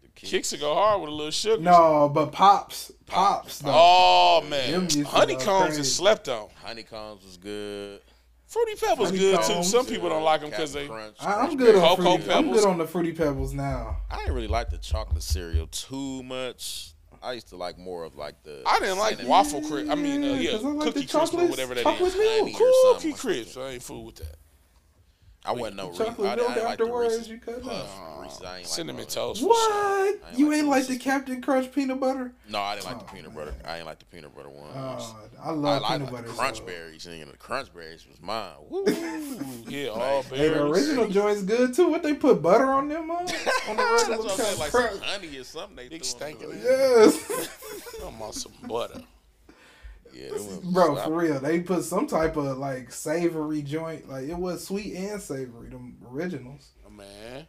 The kids-
Kicks would go hard with a little sugar.
No, but pops, pops. Though.
Oh,
Them
man.
used to go
Honeycombs is
crazy.
slept on.
Honeycombs was good.
Fruity Pebbles good too.
Honeycombs.
Some people don't like them because
Captain
they.
Crunch,
I,
Crunch
I'm good on
Berry.
Cocoa
fruity. I'm
Pebbles.
good on the fruity pebbles now.
I didn't really like the chocolate cereal too much. I used to like more of like the.
I didn't like
cinnamon
waffle crisp. I mean, uh,
Yeah,
yeah,
'cause I like
cookie
the
crisp or
chocolates-
whatever that is.
chocolate
honey
milk.
or something.
Cookie crisp. I ain't fool with that.
I wasn't no. Reese. I didn't,
Chocolate
I
milk
didn't like the
afterwards,
Reese's
you cut
Puffs.
Uh,
Reese's, I ain't like
cinnamon
those.
toast. for sure.
What?
I ain't
You
like
ain't
the
like the
Reese's.
Captain Crunch peanut butter?
No, I didn't like the
Oh,
peanut butter. I ain't like the peanut butter one.
Oh, I
I
love
like
peanut
like
butter.
the
so-
crunch berries, and you know, the crunch berries was mine. Woo.
Ooh, yeah, all
Hey, the
berries.
original joint's good too. What they put butter on them uh, on? on the
That's
regular
what I'm
kind
saying,
of
like some
crunch.
honey or something. They
Big
threw in
stinking.
there.
Yes.
I'm on some butter.
Yeah, it was-
Bro,
I-
for real, they put some type of like savory joint. Like it was sweet and savory, them originals.
Man,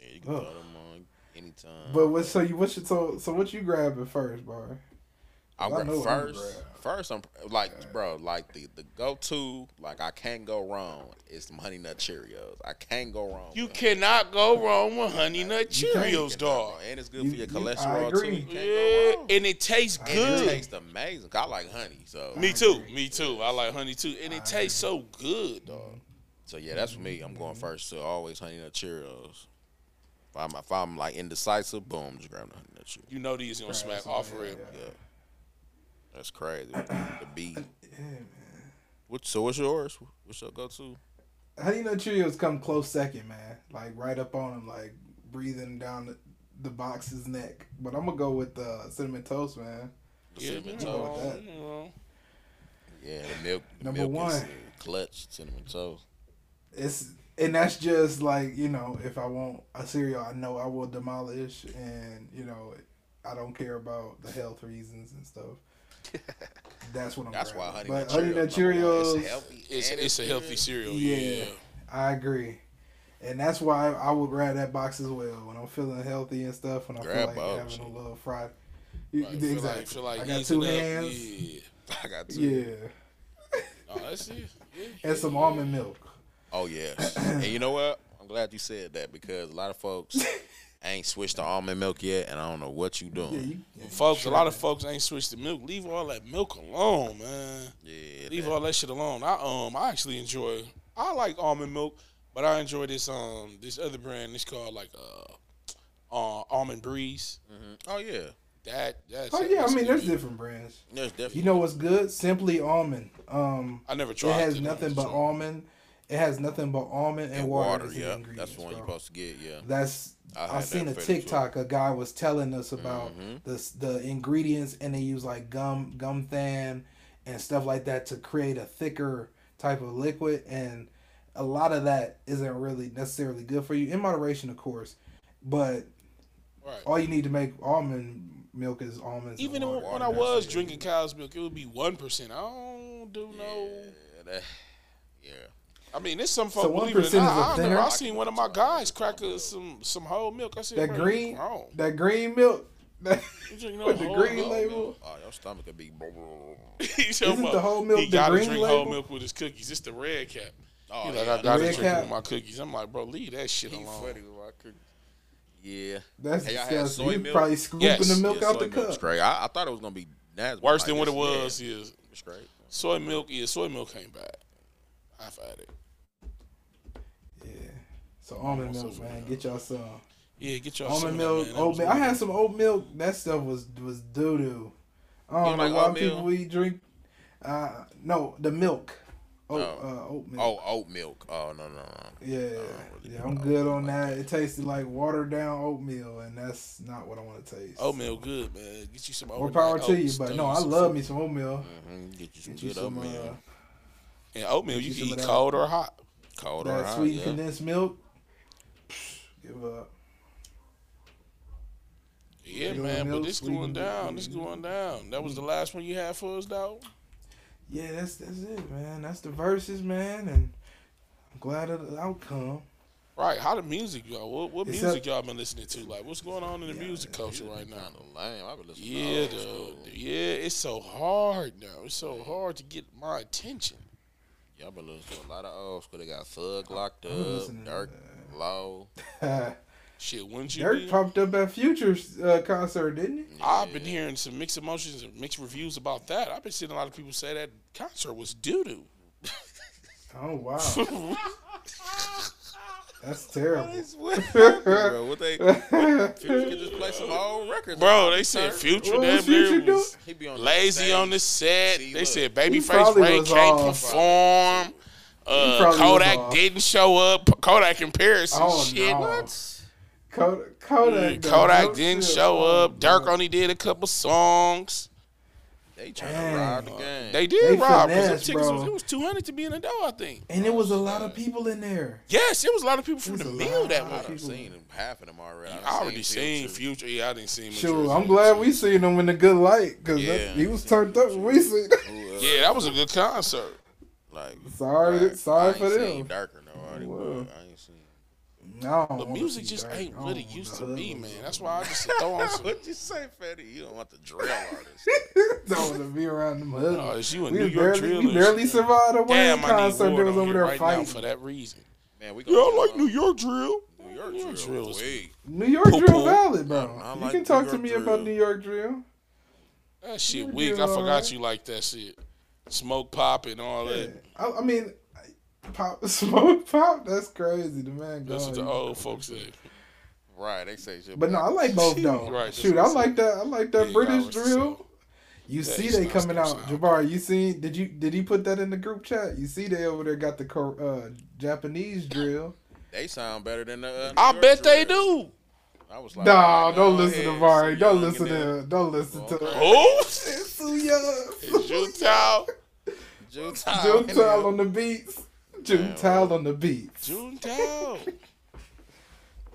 Yeah, you can
Ugh.
throw them on anytime.
But what? So you what? You, so so what you grabbing first, bar?
I
I
gra-
know what I'm
first,
grabbing.
first I'm like, bro, like the, the go to, like I can't go wrong. It's some honey nut Cheerios. I can't go wrong.
you
with them.
cannot go wrong with Honey Nut Cheerios,
You cannot
dog.
go- and it's good
You-
for your
you- I
cholesterol too.
agree.
You can't
Yeah,
go wrong.
and it tastes
And it
good.
tastes amazing. 'cause I like honey, so
Me too. Me too. I like honey too, and it tastes so good, dog.
So yeah, that's for me. I'm going first to always honey nut Cheerios. If I'm if I'm like indecisive, boom, just grab the honey nut Cheerios.
You know these gonna smack off for real.
Yeah, that's crazy. The B.
Yeah, man.
What, so what's yours? What's your go to?
Honey Nut Cheerios come close second, man. Like right up on him, like breathing down the, the box's neck. But I'm gonna go with uh, cinnamon toast, man.
Yeah, you
cinnamon
ain't
toast.
with
wrong,
that.
you ain't wrong.
Yeah, the milk. The
Number
milk Is,
one.
uh, clutch cinnamon toast.
It's and that's just like you know, if I want a cereal, I know I will demolish, and you know, I don't care about the health reasons and stuff. That's what I'm.
That's why honey
grabbing.
nut
But Honey Nut Cheerios.
It's healthy.
It's
and
it's a healthy
good.
cereal.
Yeah,
Yeah.
I agree, and that's why I would grab that box as well when I'm feeling healthy and stuff. When I
Grab
feel like
box,
having a
yeah.
little fried, you,
Like,
exactly.
feel like, feel like
I got
easing
two
up.
hands.
Yeah.
I got two.
Yeah,
Oh, that's it. Yeah.
and some almond milk.
Oh yes. and you know what? I'm glad you said that because a lot of folks ain't switched to almond milk yet, and I don't know what you
Yeah,
doing.
you,
Folks, a lot of folks ain't switched to milk. Leave all that milk alone, man.
Yeah.
Leave
that-
all that shit alone. I um I actually enjoy I like almond milk, but I enjoy this um this other brand. It's called like uh, uh almond breeze.
Mhm. Oh yeah.
That that's
Oh yeah, I
that's
mean there's
good.
different brands.
There's definitely.
You know what's good? Simply almond. Um,
I never tried.
it has
to,
nothing
though.
but almond. It has nothing but almond and,
and
water.
water,
as the
yeah, that's
ingredients,
the one you're
bro.
supposed to get, yeah.
That's
I
I
had
seen a
that fed as well.
TikTok. A guy was telling us about
Mhm.
the s the ingredients, and they use like gum gum than and stuff like that to create a thicker type of liquid. And a lot of that isn't really necessarily good for you in moderation, of course. But
Right.
all you need to make almond milk is almonds.
Even
and
when,
water.
when I
that's
was
it.
drinking cow's milk, it would be one percent. I don't do no.
Yeah, that- yeah.
I mean, there's some folks. believe
1%
it or
is a
not, I,
thinner?
remember I seen one of my guys crack a, some some whole milk. I said,
that
"Bro, you
green
wrong.
that green milk.
You drinking
with
no
the
whole
green
milk,
label?
man."
Oh, your stomach could be. Oh,
He's
Isn't the whole milk
He
the
gotta
green
drink whole
label?
milk with his cookies. It's the red cap. He like,
Oh, yeah,
I gotta
Red
drink
cap.
it with my cookies. I'm like, bro, leave that shit
He
alone.
funny with my cookies. Yeah.
That's
Hey, y'all had
disgusting.
soy
You
milk?
probably scooping
Yes.
the milk
yeah,
out
soy
the
milk's
cup.
Great. I, I thought it was gonna be nasty.
Worse
but
than
I
what it
guess, yeah,
was is
it's great.
soy milk. Is soy milk ain't bad. I've had it.
Yeah. So
Oh,
almond
Also
milk, man.
milk.
Get y'all some.
Yeah, get your
almond milk, oat milk. I had some oat milk. That stuff was was doo doo. I
You
don't know
like
why
oatmeal?
people we drink. Uh, no, the milk. Oh,
Oh.
uh, oat milk.
Oh, oat milk. Oh no no no.
Yeah,
really
yeah,
do
I'm
oat
good
milk
on
like
that. It tasted like watered down oatmeal, and that's not what I want to taste.
Oatmeal good, man. Get you some
More
oatmeal.
power
Like,
to
oat-
you, but
throw
no, I
some
love
food.
me some oatmeal.
hmm Get you some
Get you
good
some,
oatmeal,
uh,
And oatmeal, you
Get you
can
some
eat
of that-
cold or hot.
cold or
that
hot.
sweet
Yeah.
condensed milk. Give up.
Yeah,
Regular
man, but
milk, Mm.
this
sweet
going
and-
down. This going down. That was the last one you had for us, though.
Yeah, that's that's it, man. That's the verses, man, and I'm glad of the outcome.
Right? How the music y'all? What, what
It's
music
up-
y'all been listening to? Like, what's going on in the
Yeah,
music culture right now?
Kind of lame. I've been listening.
Yeah,
to old school.
dude. Yeah, it's so hard now. It's so hard to get my attention.
Y'all been listening to a lot of old school. They got Thug locked
I'm listening
up,
to
Dirk Low.
Shit, wouldn't you?
Dirt
be?
popped up at Future's uh, concert, didn't it?
I've
Yeah.
been hearing some mixed emotions and mixed reviews about that. I've been seeing a lot of people say that concert was doo doo.
Oh wow, that's terrible.
What happened, bro? What they? Future could just play some old records.
Bro, they said Future
What
damn
was Future
near
doing?
was
He be on
lazy on this set.
See,
They
look.
said
He probably
Babyface Ray
was
can't
off.
perform. Uh,
probably was
Kodak
off.
didn't show up. Kodak in Paris and
Oh
shit.
no, Kodak, Kodak, done
Mm, Kodak
no
didn't
shit.
show
Oh,
up. Dirk
no.
only did a couple songs.
They trying
Dang.
to rob the game.
They did
They
rob because them
finessed,
tickets
bro.
was, it was two hundred to be in the door. I think.
and it was a lot of people in there.
Yes, it was a lot of people from
was
the
a
mill that
lot.
morning.
I've seen them, half of them already. I've
I already seen
Future.
Future. Yeah, I didn't see him. in
Sure,
Jersey.
I'm glad we seen him in the good light because
Yeah.
he was turned up. when We seen.
Who else?
Yeah, that was a good concert.
Like
Sorry-
Dirk.
sorry
I ain't
for
seen
them.
Dirk or nobody,
Whoa.
but I ain't seen.
No,
The music just ain't what it used to be, man. That's why I just throw on some.
What'd you say, Fatty? You don't want the drill artist.
don't want to be around them hood.
Oh, it's you in
we
New
was
York
barely, we
Drillers.
barely survived a Wayne
Damn, I need
concert. They
Ward
was
on
over
here
there
right now
fighting.
for that reason.
Man, we
Yeah,
gonna
I like
talk
New York drill.
New York drill.
drill is-
weak.
New York
Poo
drill
poo.
valid, bro.
I- I
you
like
can
New
talk to
York
me
drill.
about New York drill.
That shit
New
weak. I
Drill,
forgot
alright.
you like that shit. Smoke pop and all
Yeah.
that.
I, I mean, I- pop, smoke, pop. That's crazy. The man
That's what the
gone.
old folks say.
Right, they say shit.
But no, I like both though.
Right, that's
Shoot,
what
I
I'm
like that. I like that
Yeah,
British
y'all was the
drill. You see
he's
they
nice,
coming
he's
out,
nice.
Jabari. You seen? Did you? Did he put that in the group chat? You see they over there got the Kor- uh, Japanese drill.
They sound better than the. Uh, New
I
York
bet they
drill.
do.
I was
No,
like, oh,
uh,
don't listen to Jabari.
Vari.
don't listen to. Don't listen to.
Oh,
It's too young.
Junetown.
Junetime.
Juntile on the beats. Juntile on the beats.
Junetown.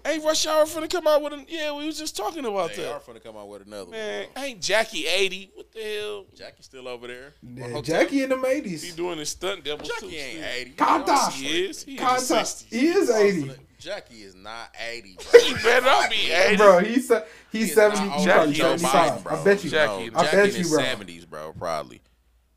Hey, Rush Hour finna come out with an. Yeah, we was just talking about
They
that.
are finna come out with another
Man,
one.
ain't Jackie 80. What the hell?
Jackie's still over there.
Yeah,
Hotel-
Jackie in the
He
eighties.
doing his stunt devil too.
Jackie ain't
shit.
80.
Contact.
He is. He is in the
Contact.
60s.
He is eighty,
Jackie is not 80, bro.
He better not be 80.
bro. He's se- he's
is not
seventy.
old
He's
as
probably
Joe
seventy-five.
Biden, bro.
I bet you.
Jackie-
No,
I
Jackie
bet
in
you,
his
bro.
70s, bro, probably.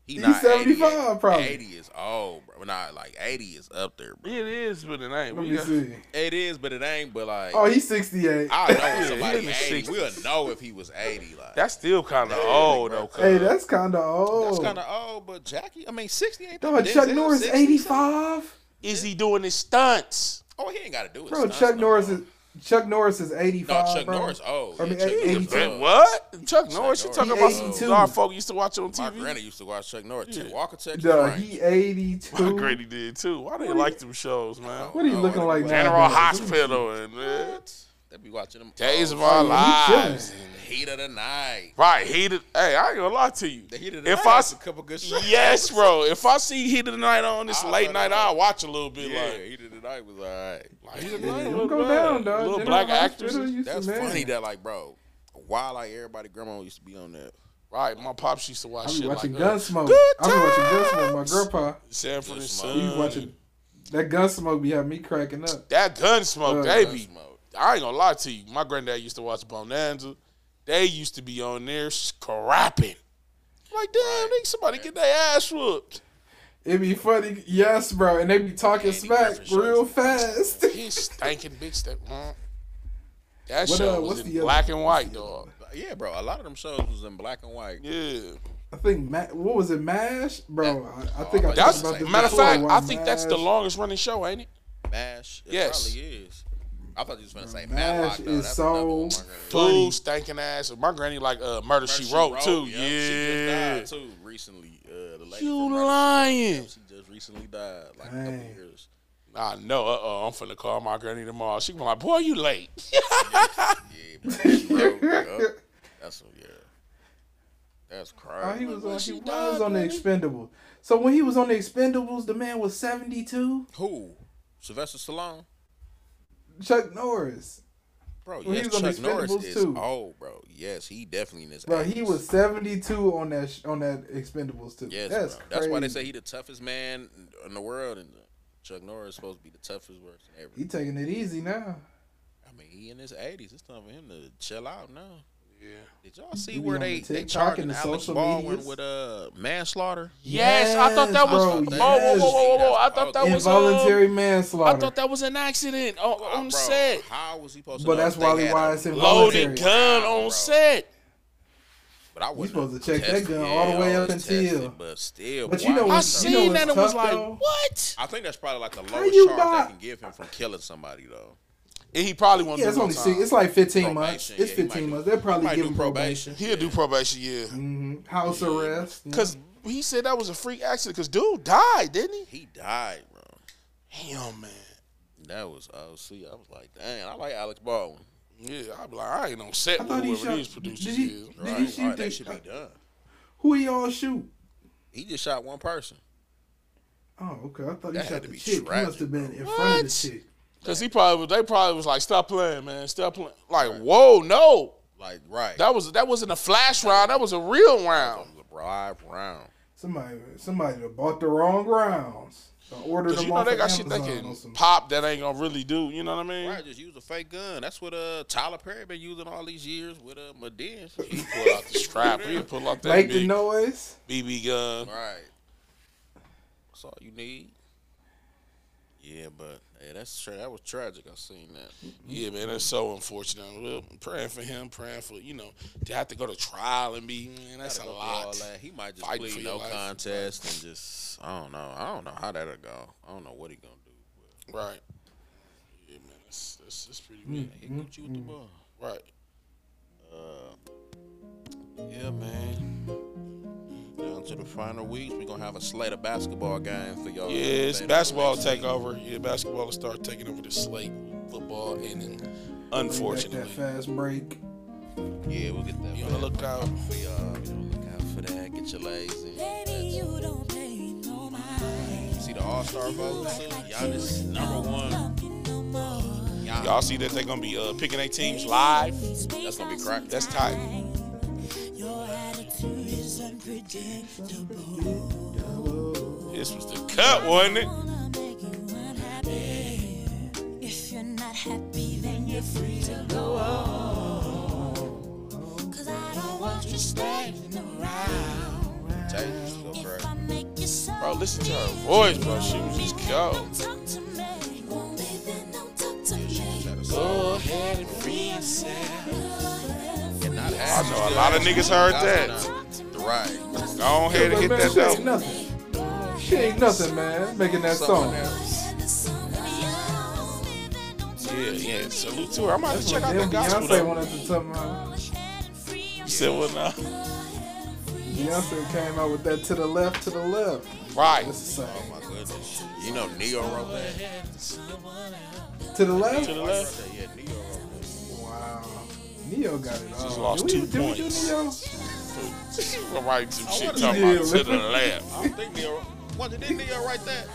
He
He's
not
75
80,
probably.
80 is old, bro. Nah, like 80 is up there, bro.
It is, but it ain't.
Let
We
me
got-
see.
It is, but it ain't. But like,
Oh, he's sixty-eight.
I know if
Yeah,
somebody
he in the
80. We'll know if he was 80. Like uh,
That's still kind of old though. cuz.
Hey, that's kind of old.
That's kind of old, but Jackie, I mean, 60 ain't
Dog,
that-
Chuck
Denzel
Norris
60?
85.
is he doing his stunts?
Oh, he ain't got to do it.
Bro, Chuck Norris is Chuck Norris is
No,
85.
Chuck
bro.
Norris. Oh,
I mean,
Chuck Norris
82.
old.
Man, what? Chuck Norris? You
Norris.
talking
He
about
82.
some dark folk used to watch on
My
TV?
granny used to watch Chuck Norris. Chuck Walker, Texas
Dog,
Rangers.
he 82.
My granny did too. Why they
do you-
like them shows, man?
What are you
Oh,
looking like
what?
now?
General Hospital and uh,
They be watching them
Days of
all
Our
yeah, he chilling.
Lives.
the heat of the night.
Right, heated. Hey, I ain't gonna lie to you.
The heat of the
If
night
I
has
s-
a couple good shots.
yes, bro. If I see Heat of the Night on this
I'll
late
let
night,
it go.
I'll watch a little bit.
Yeah,
Like,
heat of the night was all right.
like Heat of the
Yeah,
Night,
don't
little
go
black-
down, dog.
Little
General
black
Hospital
actors.
used to
That's
man.
funny that like, bro, why like everybody grandma used to be on that.
Right, my pops used to watch
I be
shit
watching
like uh, that.
Gunsmoke.
Good
I be watching
times.
Gunsmoke. My grandpa.
Sanford and
Gunsmoke.
Son.
He was watching that Gunsmoke. Be having me cracking up.
That gun smoke,
Uh,
they
Gun
be.
smoke.
I ain't gonna lie to you. My granddad used to watch Bonanza. They used to be on there scrapping. Like, damn, they, somebody get their ass whooped.
It be funny, yes, bro. And they be talking
Andy
smack
Griffin
real
shows.
fast.
His stinking bitch that. Mm. That
What,
show
uh,
was
what's
in
the other-
black and
what's
white,
the other
dog.
Yeah, bro, a lot of them shows was in black and white.
Yeah,
I think Ma- what was it, Mash, bro? I, I
Oh,
think
I thought
that's
I
you
talked
said
about this.
matter of
before,
fact.
why
I think that's the
Mash-
longest running show, ain't it?
Mash, it
Yes.
probably is. I thought you was gonna say
Mash
Matlock. though.
is
That's another one
so
my granny-
Two
Funny.
stinking ass. My granny like uh, murder, she,
She
wrote, too.
Yep,
yeah,
she just died too recently. Uh, the lady
You
from Murder, She Wrote.
lying.
She just recently died, like a couple
Dang.
years.
Nah, no, uh uh-uh, I'm finna call my granny tomorrow. She gonna be like, boy, you late.
Yeah, bro. She wrote it up. That's yeah. That's
Oh,
crazy.
he was on.
she
He was
died,
on the
man.
Expendables. So when he was on the Expendables, the man was seventy two.
Who? Sylvester Stallone?
Chuck Norris,
Bro,
Well, he
yes,
was on
Chuck Norris
Expendables,
is
too.
old, bro. Yes, he definitely in his.
bro. He
80s.
was seventy two on that sh- on that Expendables too.
Yes, that's,
that's
bro. that's why they
crazy.
say he the toughest man in the world, and Chuck Norris is supposed to be the toughest person ever.
he taking it easy now.
I mean, he in his eighties. It's time for him to chill out now.
yeah.
Did y'all see
You be
where
on the
they they
TikTok
charging
and the
Alex
social
Baldwin
medias?
with uh manslaughter?
Yes, I thought that was. whoa,
Bro,
whoa,
yes.
whoa, whoa, whoa! I thought that was. Um,
involuntary
I
manslaughter.
thought that was an accident on,
Ah,
on
bro,
set.
How was he supposed to?
But
know
that's
if they
probably
had
why
a
it's involuntary.
loaded
Loaded gun
Wow,
on
bro.
set.
But I
You
wouldn't
supposed to
have
check that gun
tested-
all the
yeah,
way
I
up
was tested,
until.
But still,
But
why
you know
would
what-
he
I
Oh, you
stop?
seen that
know what's
and was
tough,
like,
though?
what?
I think that's probably like the lowest
you
charge
not-
they can give him from killing somebody though.
And he probably won't
Yeah,
do
it's
no
only
time.
six. It's like fifteen months.
Probation,
It's
yeah, he might
fifteen
do-
months. They'll probably
might
give
do
him probation.
probation.
He'll do probation, yeah.
Mhm. House arrest.
Cause he said that was a freak accident. Cause dude died, didn't he?
He died, bro.
Damn, man.
That was OC. I was like, dang, I like Alex Baldwin.
Yeah, I'm like, I ain't on set
I
with
thought he
whoever
shot-
these producers
did he-
is.
Did
Right,
he shoot
right,
the-
that should be done.
Who he all shoot?
He just shot one person.
Oh, okay. I thought he
That
shot
had to
the
be
chick. He must
tragic,
have been in front
What?
of the chick.
Cause he probably they probably was like, stop playing, man, stop playing. Like, whoa, no,
Like, right.
that was that wasn't a flash round, that was a real round.
was a live round.
Somebody, somebody that bought the wrong grounds. Or ordered
Cause
them
you know
off
they
of
got shit they
Amazon or
can
some-
pop that ain't gonna really do. You know what I mean?
Right, just use a fake gun. That's what uh Tyler Perry been using all these years with uh Madin.
He pull out the strap, he pull out that
Make the
big
noise.
BB gun.
right. That's all you need. Yeah, but hey, that's tra- that was tragic. I seen that.
Yeah, man, that's so unfortunate. We're praying for him, praying for you know to have to go to trial and be man, that's a
Gotta go through all
lot.
that. He might just
Fight for
plead
your
no
life.
contest and just I don't know. I don't know how that'll go. I don't know what he gonna do.
Right. Yeah, man, that's that's, that's pretty
Hmm.
weird.
He Gucci with the
Mm-hmm.
ball.
Right.
Yeah, man. Down to the final weeks, we're gonna have a slate of basketball games for y'all.
Yeah, it's
Later.
basketball take over. Yeah, basketball will start taking over the slate. Football ending,
Like that
unfortunately.
fast break.
Yeah, we'll get that.
You on the
back
lookout.
for y'all. Be uh, on the lookout for that. Get your legs in.
Baby, you don't pay no mind.
See the All Star vote too. Giannis number one.
one.
Y'all see that they're gonna be uh, picking their teams live.
That's gonna be crack.
That's tight.
Your attitude is unpredictable.
This was the cut, wasn't it?
Wanna make you unhappy. If you're not happy, then you're free to go on. Cause I don't want you staying around.
Tatum just go
If
crazy.
I make you so
Bro, listen to her voice, bro. She was just cold.
Don't talk to me. Won't be then don't talk to me.
Go ahead and free yourself.
Not
I
ass.
know a lot of niggas heard that.
Talk to me.
Right.
Go ahead and
Like,
get
man,
that
she ain't
dope.
nothing. She ain't nothing, man. Making that
Something
song.
else.
Yeah, yeah. Salute to her. I might have to check out
Then
that gospel
Beyonce
though.
wanted to tell my
You said what now?
Oh,
Beyonce came out with that to the left, to the left.
Right.
That's the same.
My goodness. You know Neo wrote that.
To the left.
To the left.
Yeah, Neo wrote that.
Wow. Neo got it all.
Just lost
Did we-
two
did we do
points.
Neo?
Right. Some shit
wanna
talking
do
about
it.
to the left.
I don't think Neo. What did Neo write that?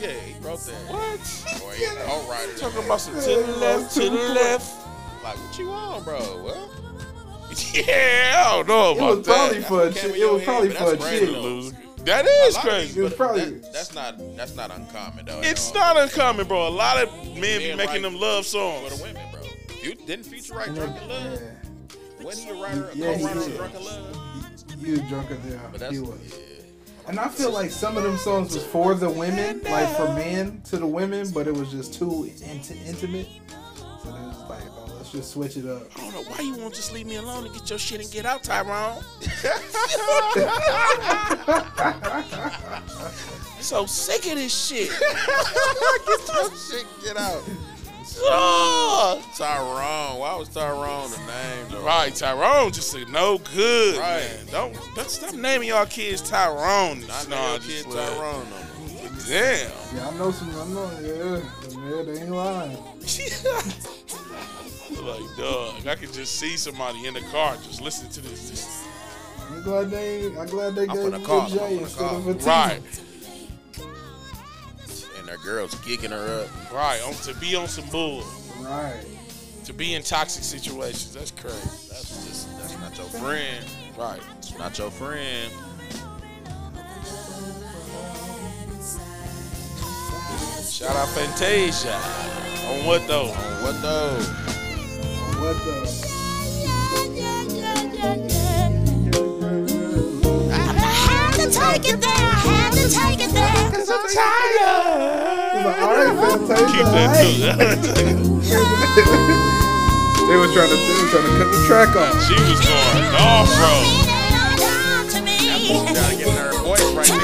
Yeah, he wrote that.
What?
Boy, he a co writer.
Talking about some to the left, to the left.
Like, what you on, bro? What?
Yeah, I don't know
It
about
was probably
that.
for a
That's
chick.
what
It was
came
probably
in your
for a
head, but that's
chick.
crazy.
Loser. That is
lot of
crazy.
It was probably.
That, that's not that's not uncommon though. at
It's
all.
not uncommon, bro. A lot of men be
Men
making
write
them love songs.
for the women, bro. You didn't feature write
Yeah,
Drunken Love. Wasn't he a writer, a
Yeah, he
co-writer of
did.
Drunken Love?
he was drunk as
But
hell.
that's
He
yeah.
was. And I feel like some of them songs was for the women, like for men to the women, but it was just too int- intimate. So they was like, oh, let's just switch it up.
I don't know why you won't just leave me alone and get your shit and get out, Tyrone. so sick of this shit.
Shit, get out.
Ugh.
Tyrone. Why was Tyrone the name though?
Right, Tyrone just said no good.
Right.
Man. Don't, don't stop naming y'all kids Tyrone.
Not
Nah,
no kid
just let-
Tyrone no more.
Damn.
Yeah, I know some. I know. Yeah, yeah, they ain't lying.
like, dog, I could just see somebody in the car just listening to this. Just,
I'm glad they. I'm glad they
I'm
gave
finna
you
call
a
him, I'm
J
finna
instead
call
of a
him.
T.
right,
and their girls kicking her up.
right. On, to be on some bull,
Right.
to be in toxic situations. That's crazy.
That's just that's not your friend.
Right.
It's not your friend.
Shout out Fantasia. On what though?
What though?
What the? He's like, all right, man, take
Keep
the hate.
that too.
They were trying to they were trying to cut the track off.
she was going off road.
Gotta get in her voice right there.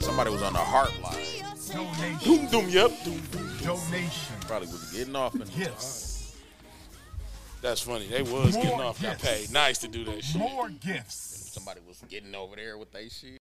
Somebody was on the heart line.
Donation.
Doom doom yep. Doom, doom.
Donation.
Probably was getting off and
Gifts.
That's funny. They was getting
More
off, got
gifts.
paid. Nice to do that shit.
More gifts.
somebody was getting over there with they shit.